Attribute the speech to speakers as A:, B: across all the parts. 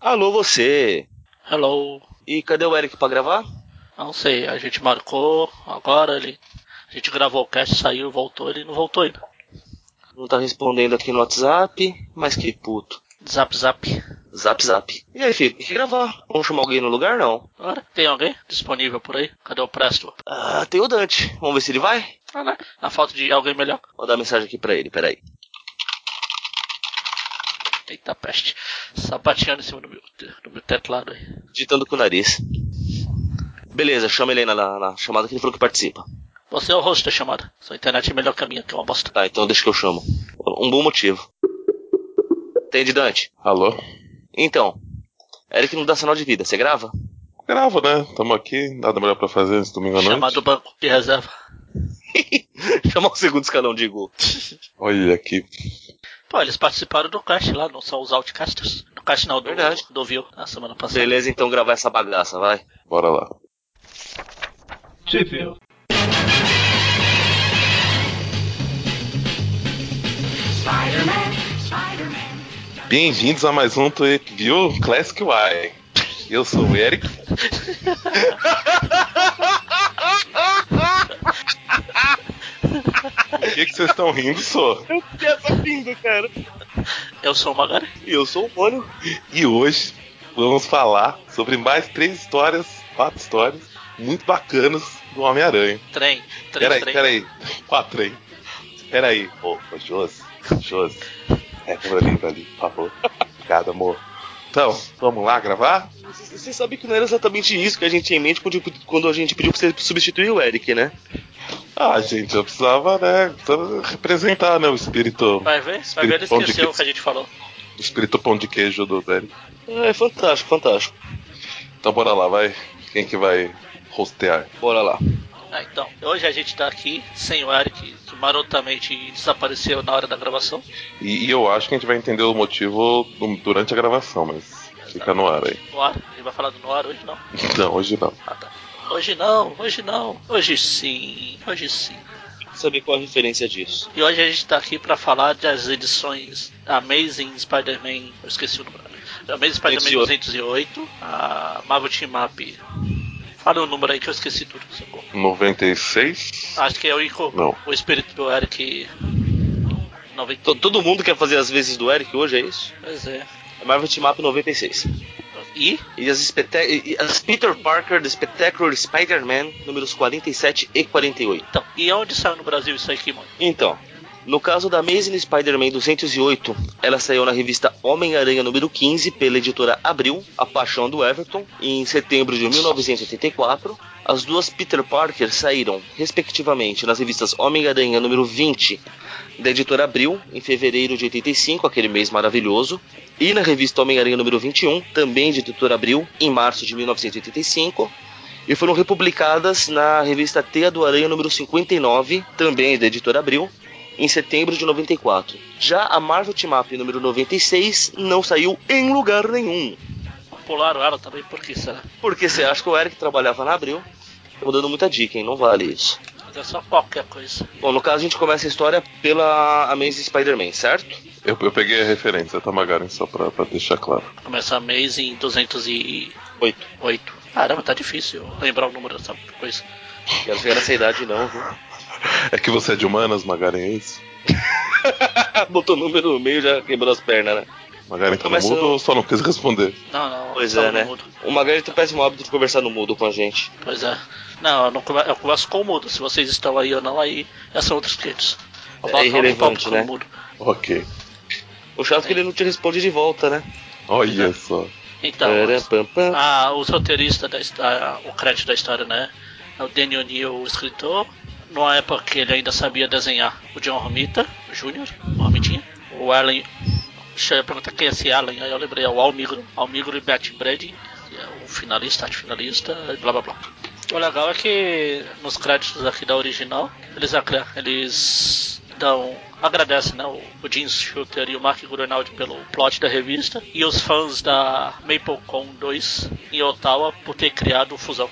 A: Alô, você!
B: Hello.
A: E cadê o Eric pra gravar?
B: Não sei, a gente marcou, agora ele. A gente gravou o cast, saiu, voltou, ele não voltou ainda.
A: Não tá respondendo aqui no WhatsApp, mas que puto.
B: Zap zap.
A: Zap zap. E aí, filho, tem que gravar. Vamos chamar alguém no lugar, não?
B: Agora, tem alguém disponível por aí? Cadê o Presto?
A: Ah, tem o Dante. Vamos ver se ele vai?
B: Ah, né? Na falta de alguém melhor.
A: Vou dar mensagem aqui pra ele, peraí.
B: Eita peste. Sapateando em cima do meu, te- do meu né? teclado aí.
A: Ditando com o nariz. Beleza, chama ele aí na, na- na chamada que ele falou que participa.
B: Você é o host da chamada. Sua internet é melhor que a minha, que é uma bosta.
A: Tá, então deixa que eu chamo. Um bom motivo. Entende, Dante?
C: Alô?
A: Então, Eric não dá sinal de vida, você grava?
C: Gravo, né? Tamo aqui, nada melhor pra fazer nesse domingo à noite.
B: Chamado banco de reserva.
A: Chamar o um segundo escalão, digo.
C: Olha aqui.
B: Pô, eles participaram do cast lá, não são os outcasters. Do cast não, do,
A: Verdade.
B: do View, na semana passada.
A: Beleza, então gravar essa bagaça, vai.
C: Bora lá. Bem-vindos a mais um Tweet View Classic Y. Eu sou o Eric. O que que vocês estão rindo, só?
A: Já tá vindo, cara.
B: Eu sou o Magari.
A: E eu sou o Mônio.
C: E hoje vamos falar sobre mais três histórias, quatro histórias, muito bacanas do Homem-Aranha.
B: Trem, trem,
C: Peraí,
B: trem.
C: peraí. Quatro, hein? Peraí. Ô, ô Josi. Josi. É, pra ali, pra ali, por favor. Obrigado, amor. Então, vamos lá gravar?
A: Você sabe que não era exatamente isso que a gente tinha em mente quando, quando a gente pediu pra você substituir o Eric, né?
C: Ah, gente, eu precisava, né? precisava representar, né? O espírito,
B: Vai ver, vai ver, ele
C: Onde que-
B: esqueceu o que a gente falou.
C: o espírito pão de queijo do Derek.
A: É, fantástico, fantástico.
C: Então, bora lá, vai. Quem que vai rostear?
A: Bora lá.
B: Ah, então, hoje a gente tá aqui sem o Eric, que marotamente desapareceu na hora da gravação.
C: E, e eu acho que a gente vai entender o motivo do- durante a gravação, mas fica no ar aí.
B: No ar, ele vai falar do no ar hoje não.
C: Não, hoje não.
B: Ah, tá. Hoje não, hoje não, hoje sim, hoje sim.
A: Saber qual a referência disso.
B: E hoje a gente tá aqui pra falar das edições Amazing Spider-Man, eu esqueci o número. Amazing Spider-Man 208, a Marvel Team Up. Fala o número aí que eu esqueci tudo, socorro.
C: 96?
B: Acho que é o Ico,
C: Não.
B: o espírito do Eric. 90.
A: T- Todo mundo quer fazer as vezes do Eric hoje, é isso?
B: Pois é.
A: É Marvel Team Up 96.
B: E
A: E as, espete- e as Peter Parker The Spectacular Spider-Man, números 47 e 48.
B: Então, e onde saiu no Brasil isso aqui, mano?
A: Então, no caso da Amazing Spider-Man 208, ela saiu na revista Homem-Aranha número 15 pela editora Abril, A Paixão do Everton, em setembro de 1984. As duas Peter Parker saíram, respectivamente, nas revistas Homem-Aranha número 20 da editora Abril, em fevereiro de 85, aquele mês maravilhoso, e na revista Homem-Aranha número 21, também de editora Abril, em março de 1985 e foram republicadas na revista Teia do Aranha número 59, também da editora Abril, em setembro de 94. Já a Marvel Team Up número 96 não saiu em lugar nenhum.
B: Pularam ela também, por que será?
A: Porque você acha que o Eric trabalhava na Abril? Tô dando muita dica, hein? Não vale isso.
B: Mas é só qualquer coisa.
A: Bom, no caso a gente começa a história pela Amazing Spider-Man, certo?
C: Eu, eu peguei a referência, tá, Magarin? Só pra, pra deixar claro.
B: Começa a mês em 208.
A: Oito.
B: Caramba, tá difícil lembrar o número dessa coisa.
A: Quero ver nessa idade não, viu?
C: É que você é de humanas, Magarin, é isso?
A: Botou o número no meio e já quebrou as pernas, né?
C: Magarin tá no
A: Começa-
C: mudo ou só não quis responder?
B: Não, não.
A: Pois é,
B: tava Tá no
A: né?
B: mudo.
A: O Magali tem o péssimo hábito de conversar no mudo com a gente.
B: Pois é. Não, eu, não conver- eu converso com o mudo. Se vocês estão aí ou não aí, já são outros clientes. Eu
A: É
B: bato
A: irrelevante,
B: papo com
A: né?
B: o mudo.
C: Ok.
A: O chato é que ele não te responde de volta, né?
C: Olha só.
A: É
B: Então,
A: Pam, pam.
B: Ah, os roteiristas, da, his- ah, o crédito da história, né? É o Danny O'Neill, o escritor. Numa época que ele ainda sabia desenhar o John Romita Jr., o Romitinha. O Alan. Deixa eu perguntar quem é esse Alan, aí eu lembrei, é o Almigro, Almigro e Betty Brady, que é o finalista, arte finalista, e blá blá blá. O legal é que nos créditos aqui da original, eles, agra- eles dão. agradecem né, o, o Jim Shooter e o Mark Grunaldi pelo plot da revista. E os fãs da MapleCon 2 em Ottawa por ter criado o Fusão.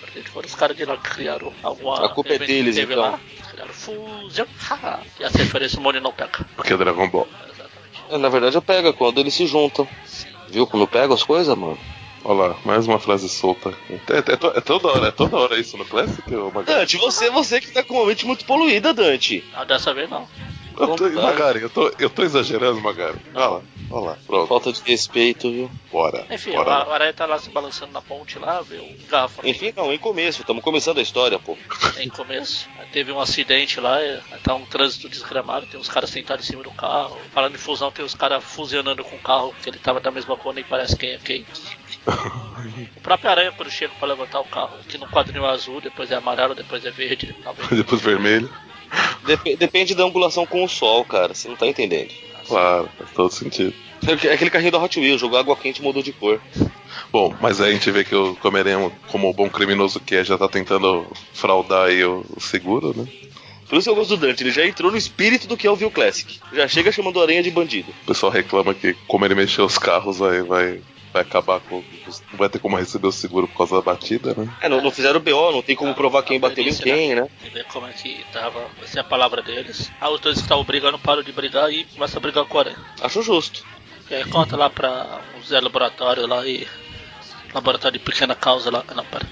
B: Porque foram os caras de lá que criaram alguma.
A: A culpa é
B: evento que
A: deles,
B: teve
A: então.
B: Lá, criaram Fusão. Haha. e essa referência o Mônio não pega.
C: Porque é Dragon Ball.
A: Ah.
B: Exatamente.
A: Na verdade, eu pego quando eles se juntam.
B: Sim.
A: Viu como eu pego as coisas, mano?
C: Olha lá, mais uma frase solta. É, é to- é toda hora, é toda hora isso no Classic, ô Magari?
A: Dante, você, você que tá com uma mente muito poluída, Dante.
B: Ah, dessa vez não.
C: Eu tô,
A: tá.
C: Magari, eu tô, eu tô exagerando, Magari. Olha lá, olha lá, pronto.
A: Falta de respeito, viu?
C: Bora.
B: Enfim,
C: bora.
B: a- o Aranha tá lá se balançando na ponte lá, viu? Garfo
A: Enfim, não, em começo, estamos começando a história, pô.
B: em começo. Aí Teve um acidente lá, é, tá um trânsito desgramado, tem uns caras sentados em cima do carro. Falando em fusão, tem uns caras fusionando com o carro, que ele tava da mesma cor, nem parece quem é quem. O próprio Aranha, quando chega pra levantar o carro, que no quadrinho é azul, depois é amarelo, depois é verde, talvez.
C: Depois vermelho.
A: Dep- depende da angulação com o sol, cara, você não tá entendendo.
C: Claro, faz todo sentido.
A: É aquele carrinho da Hot Wheels, jogou água quente e mudou de cor.
C: Bom, mas aí a gente vê que o Comeremo, como o bom criminoso que é, já tá tentando fraudar aí o, o seguro, né?
A: Por isso que eu gosto do Dante, ele já entrou no espírito do que é o View Classic. Já chega chamando a aranha de bandido.
C: O pessoal reclama que como ele mexeu os carros aí vai, vai acabar com. os- Não vai ter como receber o seguro por causa da batida, né?
A: É, não, não fizeram BO, não tem como provar quem bateu em quem, né?
B: E ver como é que tava, vai ser a palavra deles. Aí os dois que estavam brigando param de brigar e começam a brigar com o Aranha.
A: Acho justo.
B: E aí conta lá pra um Zé Laboratório lá e. Laboratório de pequena causa lá. Não, pera.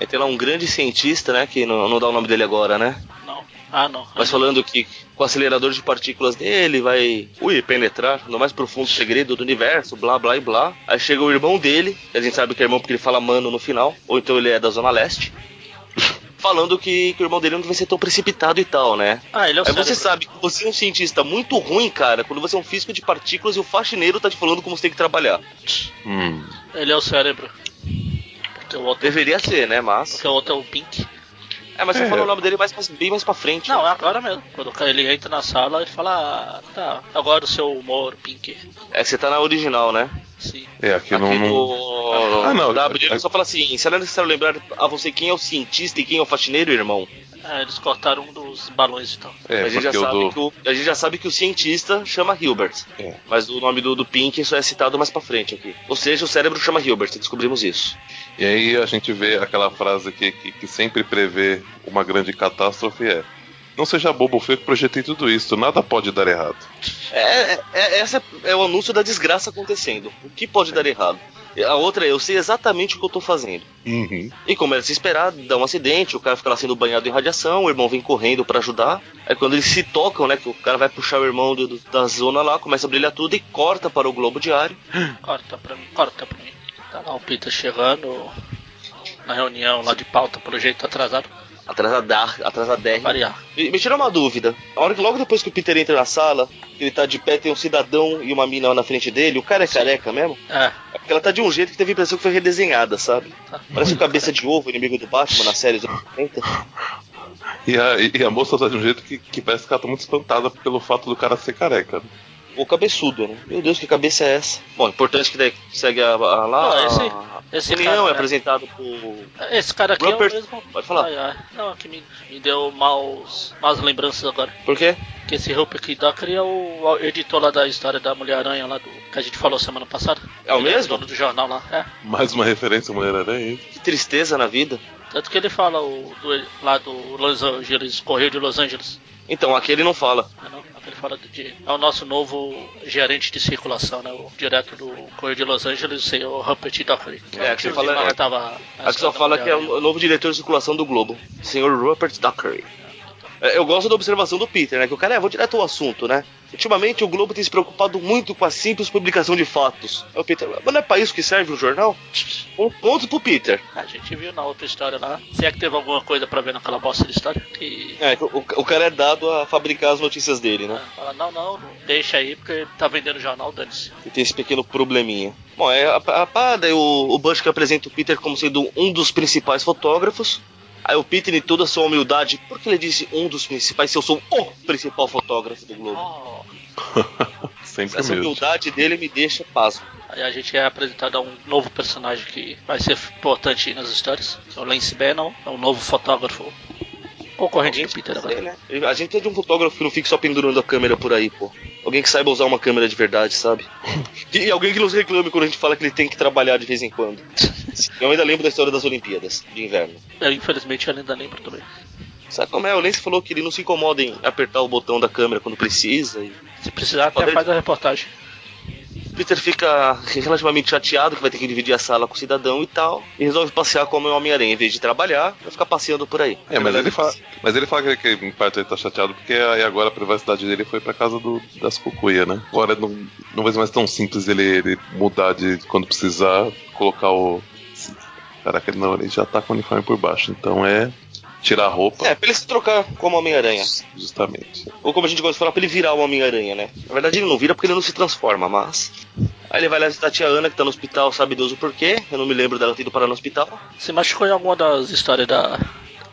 A: Aí tem lá um grande cientista, né, que não, não dá o nome dele agora, né?
B: Não. Ah, não.
A: Mas falando que com o acelerador de partículas dele vai ui, penetrar no mais profundo segredo do universo, blá blá e blá. Aí chega o irmão dele, a gente sabe que é irmão porque ele fala mano no final, ou então ele é da Zona Leste. Falando que, que o irmão dele não vai ser tão precipitado e tal, né?
B: Ah, ele é o
A: Aí você
B: cérebro.
A: sabe que você é um cientista muito ruim, cara, quando você é um físico de partículas e o faxineiro tá te falando como você tem que trabalhar.
C: Hum.
B: Ele é o cérebro. Porque o outro,
A: Deveria ser, né? Mas.
B: porque o outro é o Pink.
A: É, mas você
C: É.
A: fala o nome dele mais, pra- bem mais pra frente.
B: Não, é agora mesmo. Quando o cara- ele entra na sala, ele fala: ah, tá, agora o seu humor, Pink.
A: É que você tá na original, né?
B: Sim.
C: É, aqui, não.
A: Aqui
C: não...
A: no...
C: Ah, não.
A: W, ele só fala assim: será necessário lembrar a você quem é o cientista e quem é o faxineiro, irmão?
B: Ah, eles cortaram um dos balões e tal.
C: É,
A: a, gente já
C: porque o
A: sabe
C: do.
A: que o, a gente já sabe que o cientista chama Hilbert.
C: É.
A: Mas o nome do, do Pink só é citado mais pra frente aqui. Ou seja, o cérebro chama Hilbert, descobrimos isso.
C: E aí a gente vê aquela frase que, que, que sempre prevê uma grande catástrofe é. Não seja bobo, foi eu que projetei tudo isso, nada pode dar errado.
A: É, é- é- essa é o anúncio da desgraça acontecendo. O que pode dar errado? A outra é: eu sei exatamente o que eu tô fazendo.
C: Uhum.
A: E como era de se esperar, dá um acidente, o cara fica lá sendo banhado em radiação, o irmão vem correndo pra ajudar. Aí quando eles se tocam, né, que o cara vai puxar o irmão do- do- da zona lá, começa a brilhar tudo e corta para o globo diário.
B: Corta pra mim, corta pra mim. Tá lá o Peter chegando na reunião lá de pauta, pelo jeito atrasado,
A: Atrasadar, atrasadérrimo.
B: variar.
A: E me tira uma dúvida. A hora que logo depois que o Peter entra na sala, ele tá de pé, tem um cidadão e uma mina lá na frente dele, o cara é careca mesmo?
B: É,
A: É porque Ela tá de um jeito que teve a impressão que foi redesenhada, sabe?
B: tá.
A: Parece o cabeça de ovo, inimigo do Batman na série dos anos 80.
C: E a, e a moça tá de um jeito que, que parece que ela tá muito espantada pelo fato do cara ser careca. né?
A: Ou cabeçudo, né? Meu Deus, que cabeça é essa? Bom, importante que daí segue a, a lá.
B: Não, esse-
A: a-
B: esse
A: o leão
B: cara,
A: é
B: né?
A: apresentado por.
B: Esse cara aqui
A: Rupert,
B: é o mesmo.
A: pode falar.
B: Ai, ai. Não, é que me, me deu maus, maus lembranças agora.
A: Por quê?
B: Que esse Rupert Kidaka é o, o editor lá da história da Mulher-Aranha lá do. Que a gente falou semana passada.
A: É o
B: Ele
A: mesmo?
B: dono do jornal lá. É.
C: Mais uma referência à Mulher-Aranha.
A: Que tristeza na vida.
B: Tanto que ele fala o, do, lá do Los Angeles, Correio de Los Angeles.
A: Então, aqui ele não fala.
B: né, Não, Ele fala de, é o nosso novo gerente de circulação, né? O direto do Correio de Los Angeles, o senhor Rupert Dockery.
A: É, aqui fala- é.
B: Tava na
A: Aqui só
B: história da
A: fala que é
B: Mulher-Aranha.
A: o novo diretor de circulação do Globo, senhor Rupert Dockery. É, Eu gosto da observação do Peter, né? Que o cara é, vou direto ao assunto, né? Ultimamente o Globo tem se preocupado muito com a simples publicação de fatos. Aí o Peter, mas não é pra isso que serve o jornal? Um ponto pro Peter.
B: A gente viu na outra história lá. Se é que teve alguma coisa pra ver naquela bosta de história? Que.
A: É, o, o cara é dado a fabricar as notícias dele, né?
B: Ah, Fala, não, não, não, deixa aí porque tá vendendo jornal, dane-se.
A: E tem esse pequeno probleminha. Bom, é a, a parada, é o, o Bush que apresenta o Peter como sendo um dos principais fotógrafos. Aí o Peter, em toda a sua humildade, por que ele disse um dos principais se eu sou o principal fotógrafo do Globo?
B: Oh.
C: Sempre
A: Essa é
C: mesmo.
A: humildade dele me deixa pasmo.
B: Aí a gente é apresentado a um novo personagem que vai ser importante nas histórias. que É o Lance Bannon, é um novo fotógrafo. Concorrente do Peter agora.
A: Sei, né? A gente tem de um fotógrafo que não fica só pendurando a câmera por aí, pô. Alguém que saiba usar uma câmera de verdade, sabe? E, e alguém que nos reclame quando a gente fala que ele tem que trabalhar de vez em quando. Eu ainda lembro da história das Olimpíadas de inverno.
B: Eu infelizmente ainda lembro também.
A: Sabe como é? O Lance falou que ele não se incomoda em apertar o botão da câmera quando precisa. E...
B: Se precisar, até
A: Pode-
B: faz a reportagem.
A: Peter fica relativamente chateado que vai ter que dividir a sala com o cidadão e tal. E resolve passear como um Homem-Aranha. Em vez de trabalhar, vai ficar passeando por aí.
C: É, mas ele fala, mas ele fala que, que em parte ele tá chateado porque aí agora a privacidade dele foi pra casa do, das cucuia, né? Agora não, não vai ser mais tão simples ele, ele mudar de quando precisar, colocar o. Caraca, ele não, ele já tá com o uniforme por baixo, então é tirar a roupa.
A: É, pra ele se trocar como Homem-Aranha.
C: Justamente.
A: Ou como a gente gosta de falar, pra ele virar o Homem-Aranha, né? Na verdade ele não vira porque ele não se transforma, mas. Aí ele vai lá visitar a tia Ana, que tá no hospital, sabe Deus o porquê. Eu não me lembro dela ter ido parar no hospital.
B: Se machucou em alguma das histórias da.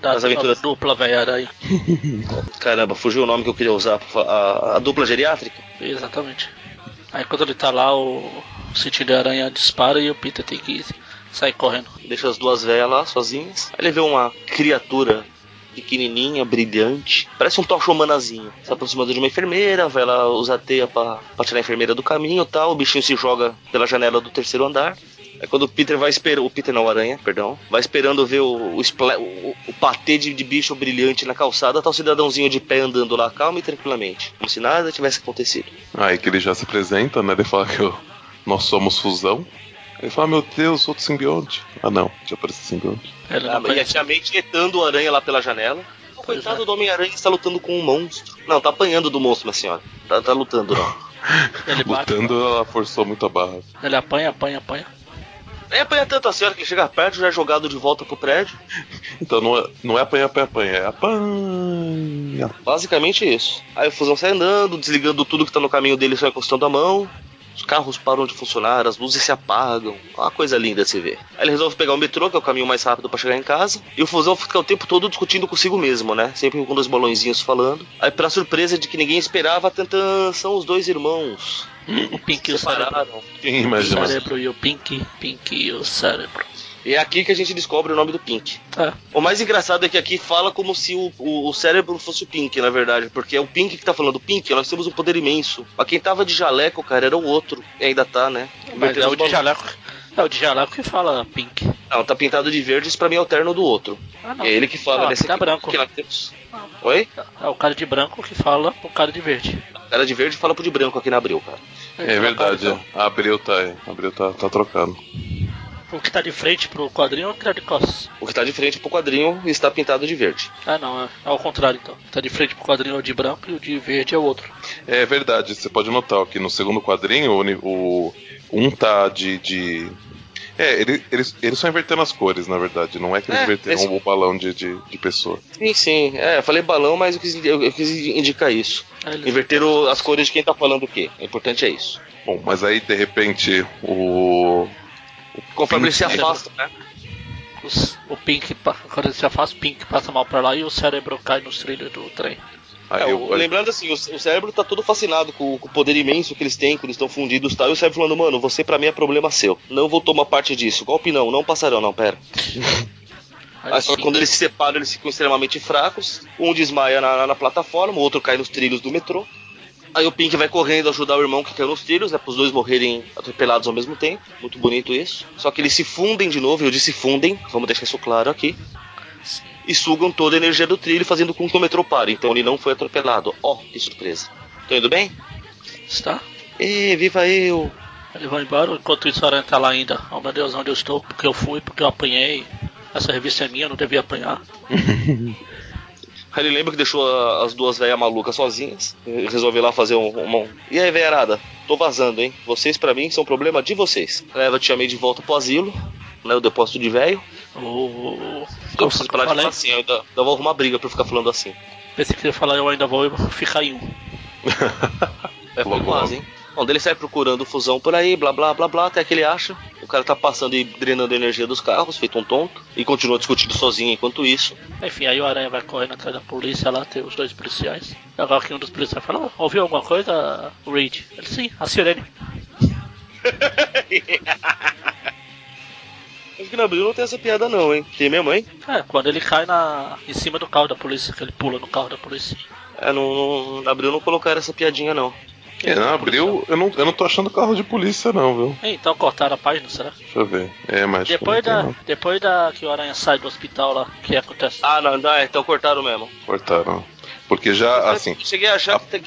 B: Da
A: Das aventuras.
B: dupla velha aí.
A: Caramba, fugiu o nome que eu queria usar. pra fa- A, a dupla geriátrica.
B: Exatamente. Aí quando ele tá lá, o, o sentido aranha dispara e o Peter tem que sair correndo.
A: Deixa as duas velhas lá, sozinhas. Aí ele vê uma criatura pequenininha, brilhante. Parece um tocha humanazinho. Se aproximando de uma enfermeira, vai lá usar teia pra, pra tirar a enfermeira do caminho e tal. O bichinho se joga pela janela do terceiro andar. É quando o Peter vai esperando. O Peter não, o Aranha, perdão. Vai esperando ver o, o, spla- o- o patê de, de bicho brilhante na calçada. Tá o cidadãozinho de pé andando lá, calmo e tranquilamente. Como se nada tivesse acontecido.
C: Aí que ele já se apresenta, né? Ele fala que eu- nós somos fusão. Ele fala, "Ah, meu Deus, outro simbionte. Ah não, já apareceu simbionte.
B: Ele
A: Ah,
B: não
A: mas e aqui
B: conhece.
A: a mente etando o aranha lá pela janela. O
B: Pois
A: coitado
B: é.
A: do Homem-Aranha está lutando com um monstro. Não, tá apanhando do monstro, minha senhora. Tá, tá lutando, não.
B: Ele bate,
C: Lutando, ela forçou muito a barra.
B: ele apanha, apanha, apanha.
A: Nem É, apanha tanto a senhora que ele chega perto já é jogado de volta pro prédio.
C: Então não é, não é apanha, apanha, apanha, é apanha.
A: Basicamente isso. Aí o fusão sai andando, desligando tudo que tá no caminho dele, só encostando a mão. Os carros param de funcionar, as luzes se apagam. Uma coisa linda de se ver. Aí ele resolve pegar o metrô, que é o caminho mais rápido pra chegar em casa. E o fusão fica o tempo todo discutindo consigo mesmo, né? Sempre com dois balõezinhos falando. Aí, pra surpresa de que ninguém esperava, tantan, são os dois irmãos.
B: O Pink e o cérebro.
A: Separaram.
C: Quem
B: O
C: imagina?
B: cérebro e o Pink, Pink e o cérebro.
A: E é aqui que a gente descobre o nome do Pink.
B: Tá.
A: O mais engraçado é que aqui fala como se o, o, o cérebro fosse o Pink, na verdade, porque é o Pink que tá falando. O Pink, nós temos um poder imenso. Mas quem tava de jaleco, cara, era o outro. E ainda tá, né?
B: Mas é o
A: Inverteu os
B: Dijalaco. É o Dijalaco que fala Pink.
A: balões. Não, tá pintado de verde, isso pra mim é o terno do outro.
B: Ah,
A: É ele que fala
B: Ah,
A: nessa
B: tá
A: aqui,
B: branco.
A: que nós temos. Oi?
B: É o cara de branco que fala o cara de verde.
A: O cara de verde fala pro de branco aqui na abril, cara.
C: É verdade, é. a Abril tá, a Abril tá, tá trocando.
B: O que tá de frente pro quadrinho é o que tá de costas.
A: O que tá de frente pro quadrinho está pintado de verde.
B: Ah, não, é, é ao contrário então. O que Tá de frente pro quadrinho é o de branco e o de verde é o outro.
C: É verdade, você pode notar que no segundo quadrinho, o, uni- o- um tá de. de- É, ele- eles, eles só invertendo as cores, na verdade. Não é que eles
A: É,
C: inverteram
A: esse-
C: o balão de, de, de pessoa.
A: Sim, sim. É, eu falei balão, mas eu quis, eu- eu quis indicar isso.
B: Aí ele-
A: Inverteram as cores de quem tá falando o quê. O importante é isso.
C: Bom, mas aí de repente o.
A: Conforme eles se
C: Pink.
A: afastam, né?
B: os- o Pink, pa- quando ele se afasta, o Pink passa mal pra lá e o cérebro cai nos trilhos do trem.
C: Aí
A: É,
C: eu-
A: o- lembrando assim, o, o cérebro tá todo fascinado com, com o poder imenso que eles têm, que eles estão fundidos e tal, e o cérebro falando, mano, você pra mim é problema seu. Não vou tomar parte disso. Golpe não, não passarão, não, pera.
B: Aí
A: Aí só
B: sim,
A: Assim, quando eles se separam, eles ficam extremamente fracos. Um desmaia na, na- na plataforma, o outro cai nos trilhos do metrô. Aí o Pink vai correndo ajudar o irmão que caiu nos trilhos, né? Para os dois morrerem atropelados ao mesmo tempo. Muito bonito isso. Só que eles se fundem de novo, eu disse fundem, vamos deixar isso claro aqui. E sugam toda a energia do trilho, fazendo com que o metrô pare. Então ele não foi atropelado. Ó, que surpresa. Tô indo bem?
B: está.
A: Ê, viva eu!
B: Eles vão embora, enquanto isso o Aranha tá lá ainda. Oh meu Deus, onde eu estou? Porque eu fui, porque eu apanhei. Essa revista é minha, eu não devia apanhar.
A: Aí ele lembra que deixou a- as duas velhas malucas sozinhas. e Resolveu lá fazer um. um- E aí, velharada? Tô vazando, hein? Vocês, pra mim, são problema de vocês. Leva te chamei de volta pro asilo, né? O depósito de velho.
B: O.
A: Eu
B: Como
A: preciso
B: foi que
A: parar
B: eu
A: de falar
B: falei?
A: assim, eu ainda, ainda vou arrumar briga pra eu ficar falando assim.
B: Pensei que ele ia falar, eu ainda vou ficar em um.
A: É
C: Logo,
A: foi quase, hein? Bom, ele sai procurando fusão por aí, blá blá blá blá, até que ele acha. O cara tá passando e drenando a energia dos carros, feito um tonto, e continua discutindo sozinho enquanto isso.
B: Enfim, aí o Aranha vai correndo atrás da polícia lá, tem os dois policiais. Agora que um dos policiais fala, "Oh, ouviu alguma coisa, Reed? Ele sim, a sirene.
A: Acho que na briga não tem essa piada, não, hein? Tem mesmo, hein?
B: É, quando ele cai na. em cima do carro da polícia, que ele pula no carro da polícia.
A: É, não, não, na briga não colocaram essa piadinha, não.
C: É, não, abriu. Eu não, eu não tô achando carro de polícia, não, viu?
B: É, Então cortaram a página, será?
C: Deixa eu ver. É, mas.
B: Depois
C: não
B: da,
C: tem, não.
B: depois da que o Aranha sai do hospital lá, o que acontece?
A: Ah, não, não, é, então cortaram mesmo.
C: Cortaram. Porque já, assim.
A: Eu cheguei a achar que,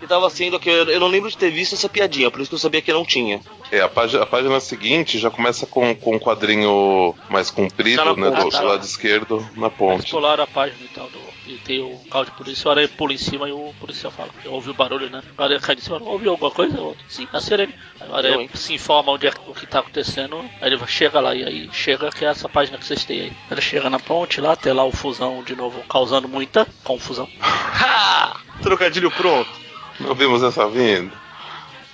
A: que tava sendo que eu, eu não lembro de ter visto essa piadinha, por isso que eu sabia que não tinha.
C: É, a página, a página seguinte já começa com, com um quadrinho mais comprido,
B: Tá na
C: né?
B: ponta,
C: do,
B: tá
C: do
B: lá.
C: lado esquerdo, na
B: Eles
C: ponte.
B: pularam a página e tal do. E tem o carro de polícia, o aranha pula em cima e o policial fala. Eu ouvi o barulho, né? O aranha cai de cima, ouviu alguma coisa? Eu, Sim, a sirene. Aí o
A: Não,
B: aranha
A: hein?
B: se informa onde é o que tá acontecendo, aí ele chega lá, e aí chega que é essa página que vocês têm aí. Ele chega na ponte lá, tem lá o fusão de novo, causando muita confusão.
A: Ha! Trocadilho pronto.
C: Não vimos essa vindo.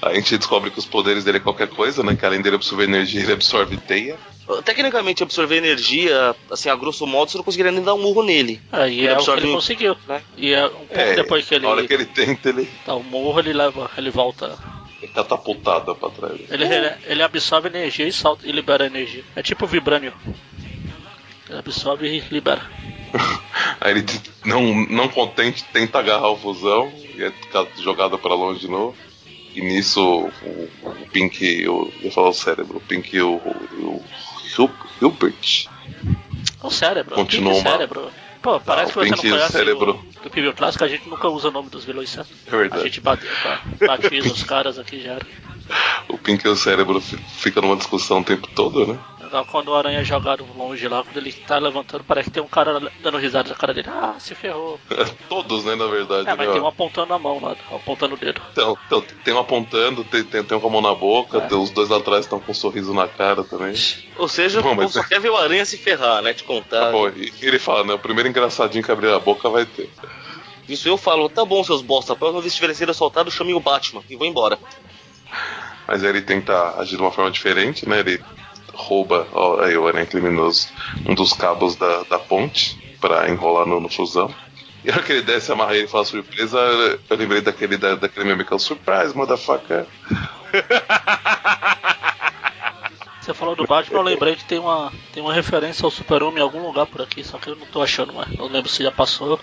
C: A gente descobre que os poderes dele é qualquer coisa, né? Que além dele absorver energia, ele absorve teia.
A: Tecnicamente, absorver energia, assim, a grosso modo, você não conseguiria nem dar um murro nele.
B: Aí
A: Ele
B: é o que
A: absorve
B: ele
A: um-
B: conseguiu.
A: né?
B: E é um pouco
C: É,
B: depois que ele
C: A hora que ele tenta, ele
B: dá o morro, ele leva, ele volta.
C: é catapultado pra trás.
B: Ele, ele, ele absorve energia e solta e libera energia. É tipo vibrânio. Ele absorve e libera.
C: Aí ele, não, não contente, tenta agarrar o fusão e é ca- jogado pra longe de novo. E nisso o, o Pink, e o, eu ia falar o cérebro, o Pink e o, o, o Hu- Hilbert.
B: É O cérebro.
C: Continua
B: o
C: uma-
B: cérebro. Pô, parece que você não
C: Pink e o
B: conhece
C: cérebro.
B: o, do Pivil Clássico, a gente nunca usa o nome dos vilões certo?
C: É verdade.
B: A gente bate, ba- batiza os caras aqui já. era.
C: É, O Pink e o cérebro fi- fica numa discussão o tempo todo, né?
B: Legal, Quando o aranha é jogado longe lá, quando ele tá levantando, parece que tem um cara dando risada na cara dele. Ah, se ferrou.
C: Todos, né, na verdade.
B: É,
C: né?
B: mas tem um apontando a mão lá, apontando o dedo.
C: Então, então, tem um apontando, tem, tem, tem um com a mão na boca,
B: É.
C: tem- os dois lá atrás estão com um sorriso na cara também.
A: Ou seja,
C: Bom,
A: Bom,
C: mas- é. Tá
A: só quer ver o aranha se ferrar, né? Te contar.
C: Bom, e ele fala, né? O primeiro engraçadinho que abrir a boca vai ter.
A: Isso eu falo, tá bom, seus bosta. A próxima vez que tiverem sido assaltados, chamem o Batman e vou embora.
C: Mas aí ele tenta agir de uma forma diferente, né? Ele rouba, ó, aí o Aranha Criminoso, um dos cabos da, da ponte pra enrolar no, no fusão. E a hora que ele desce, amarra ele e fala surpresa, eu lembrei daquele, da, daquele meme que é o Surprise, motherfucker.
B: Você falou do Batman, eu lembrei que tem uma, tem uma referência ao Super-Homem em algum lugar por aqui, só que eu não tô achando mais. Não lembro se já passou.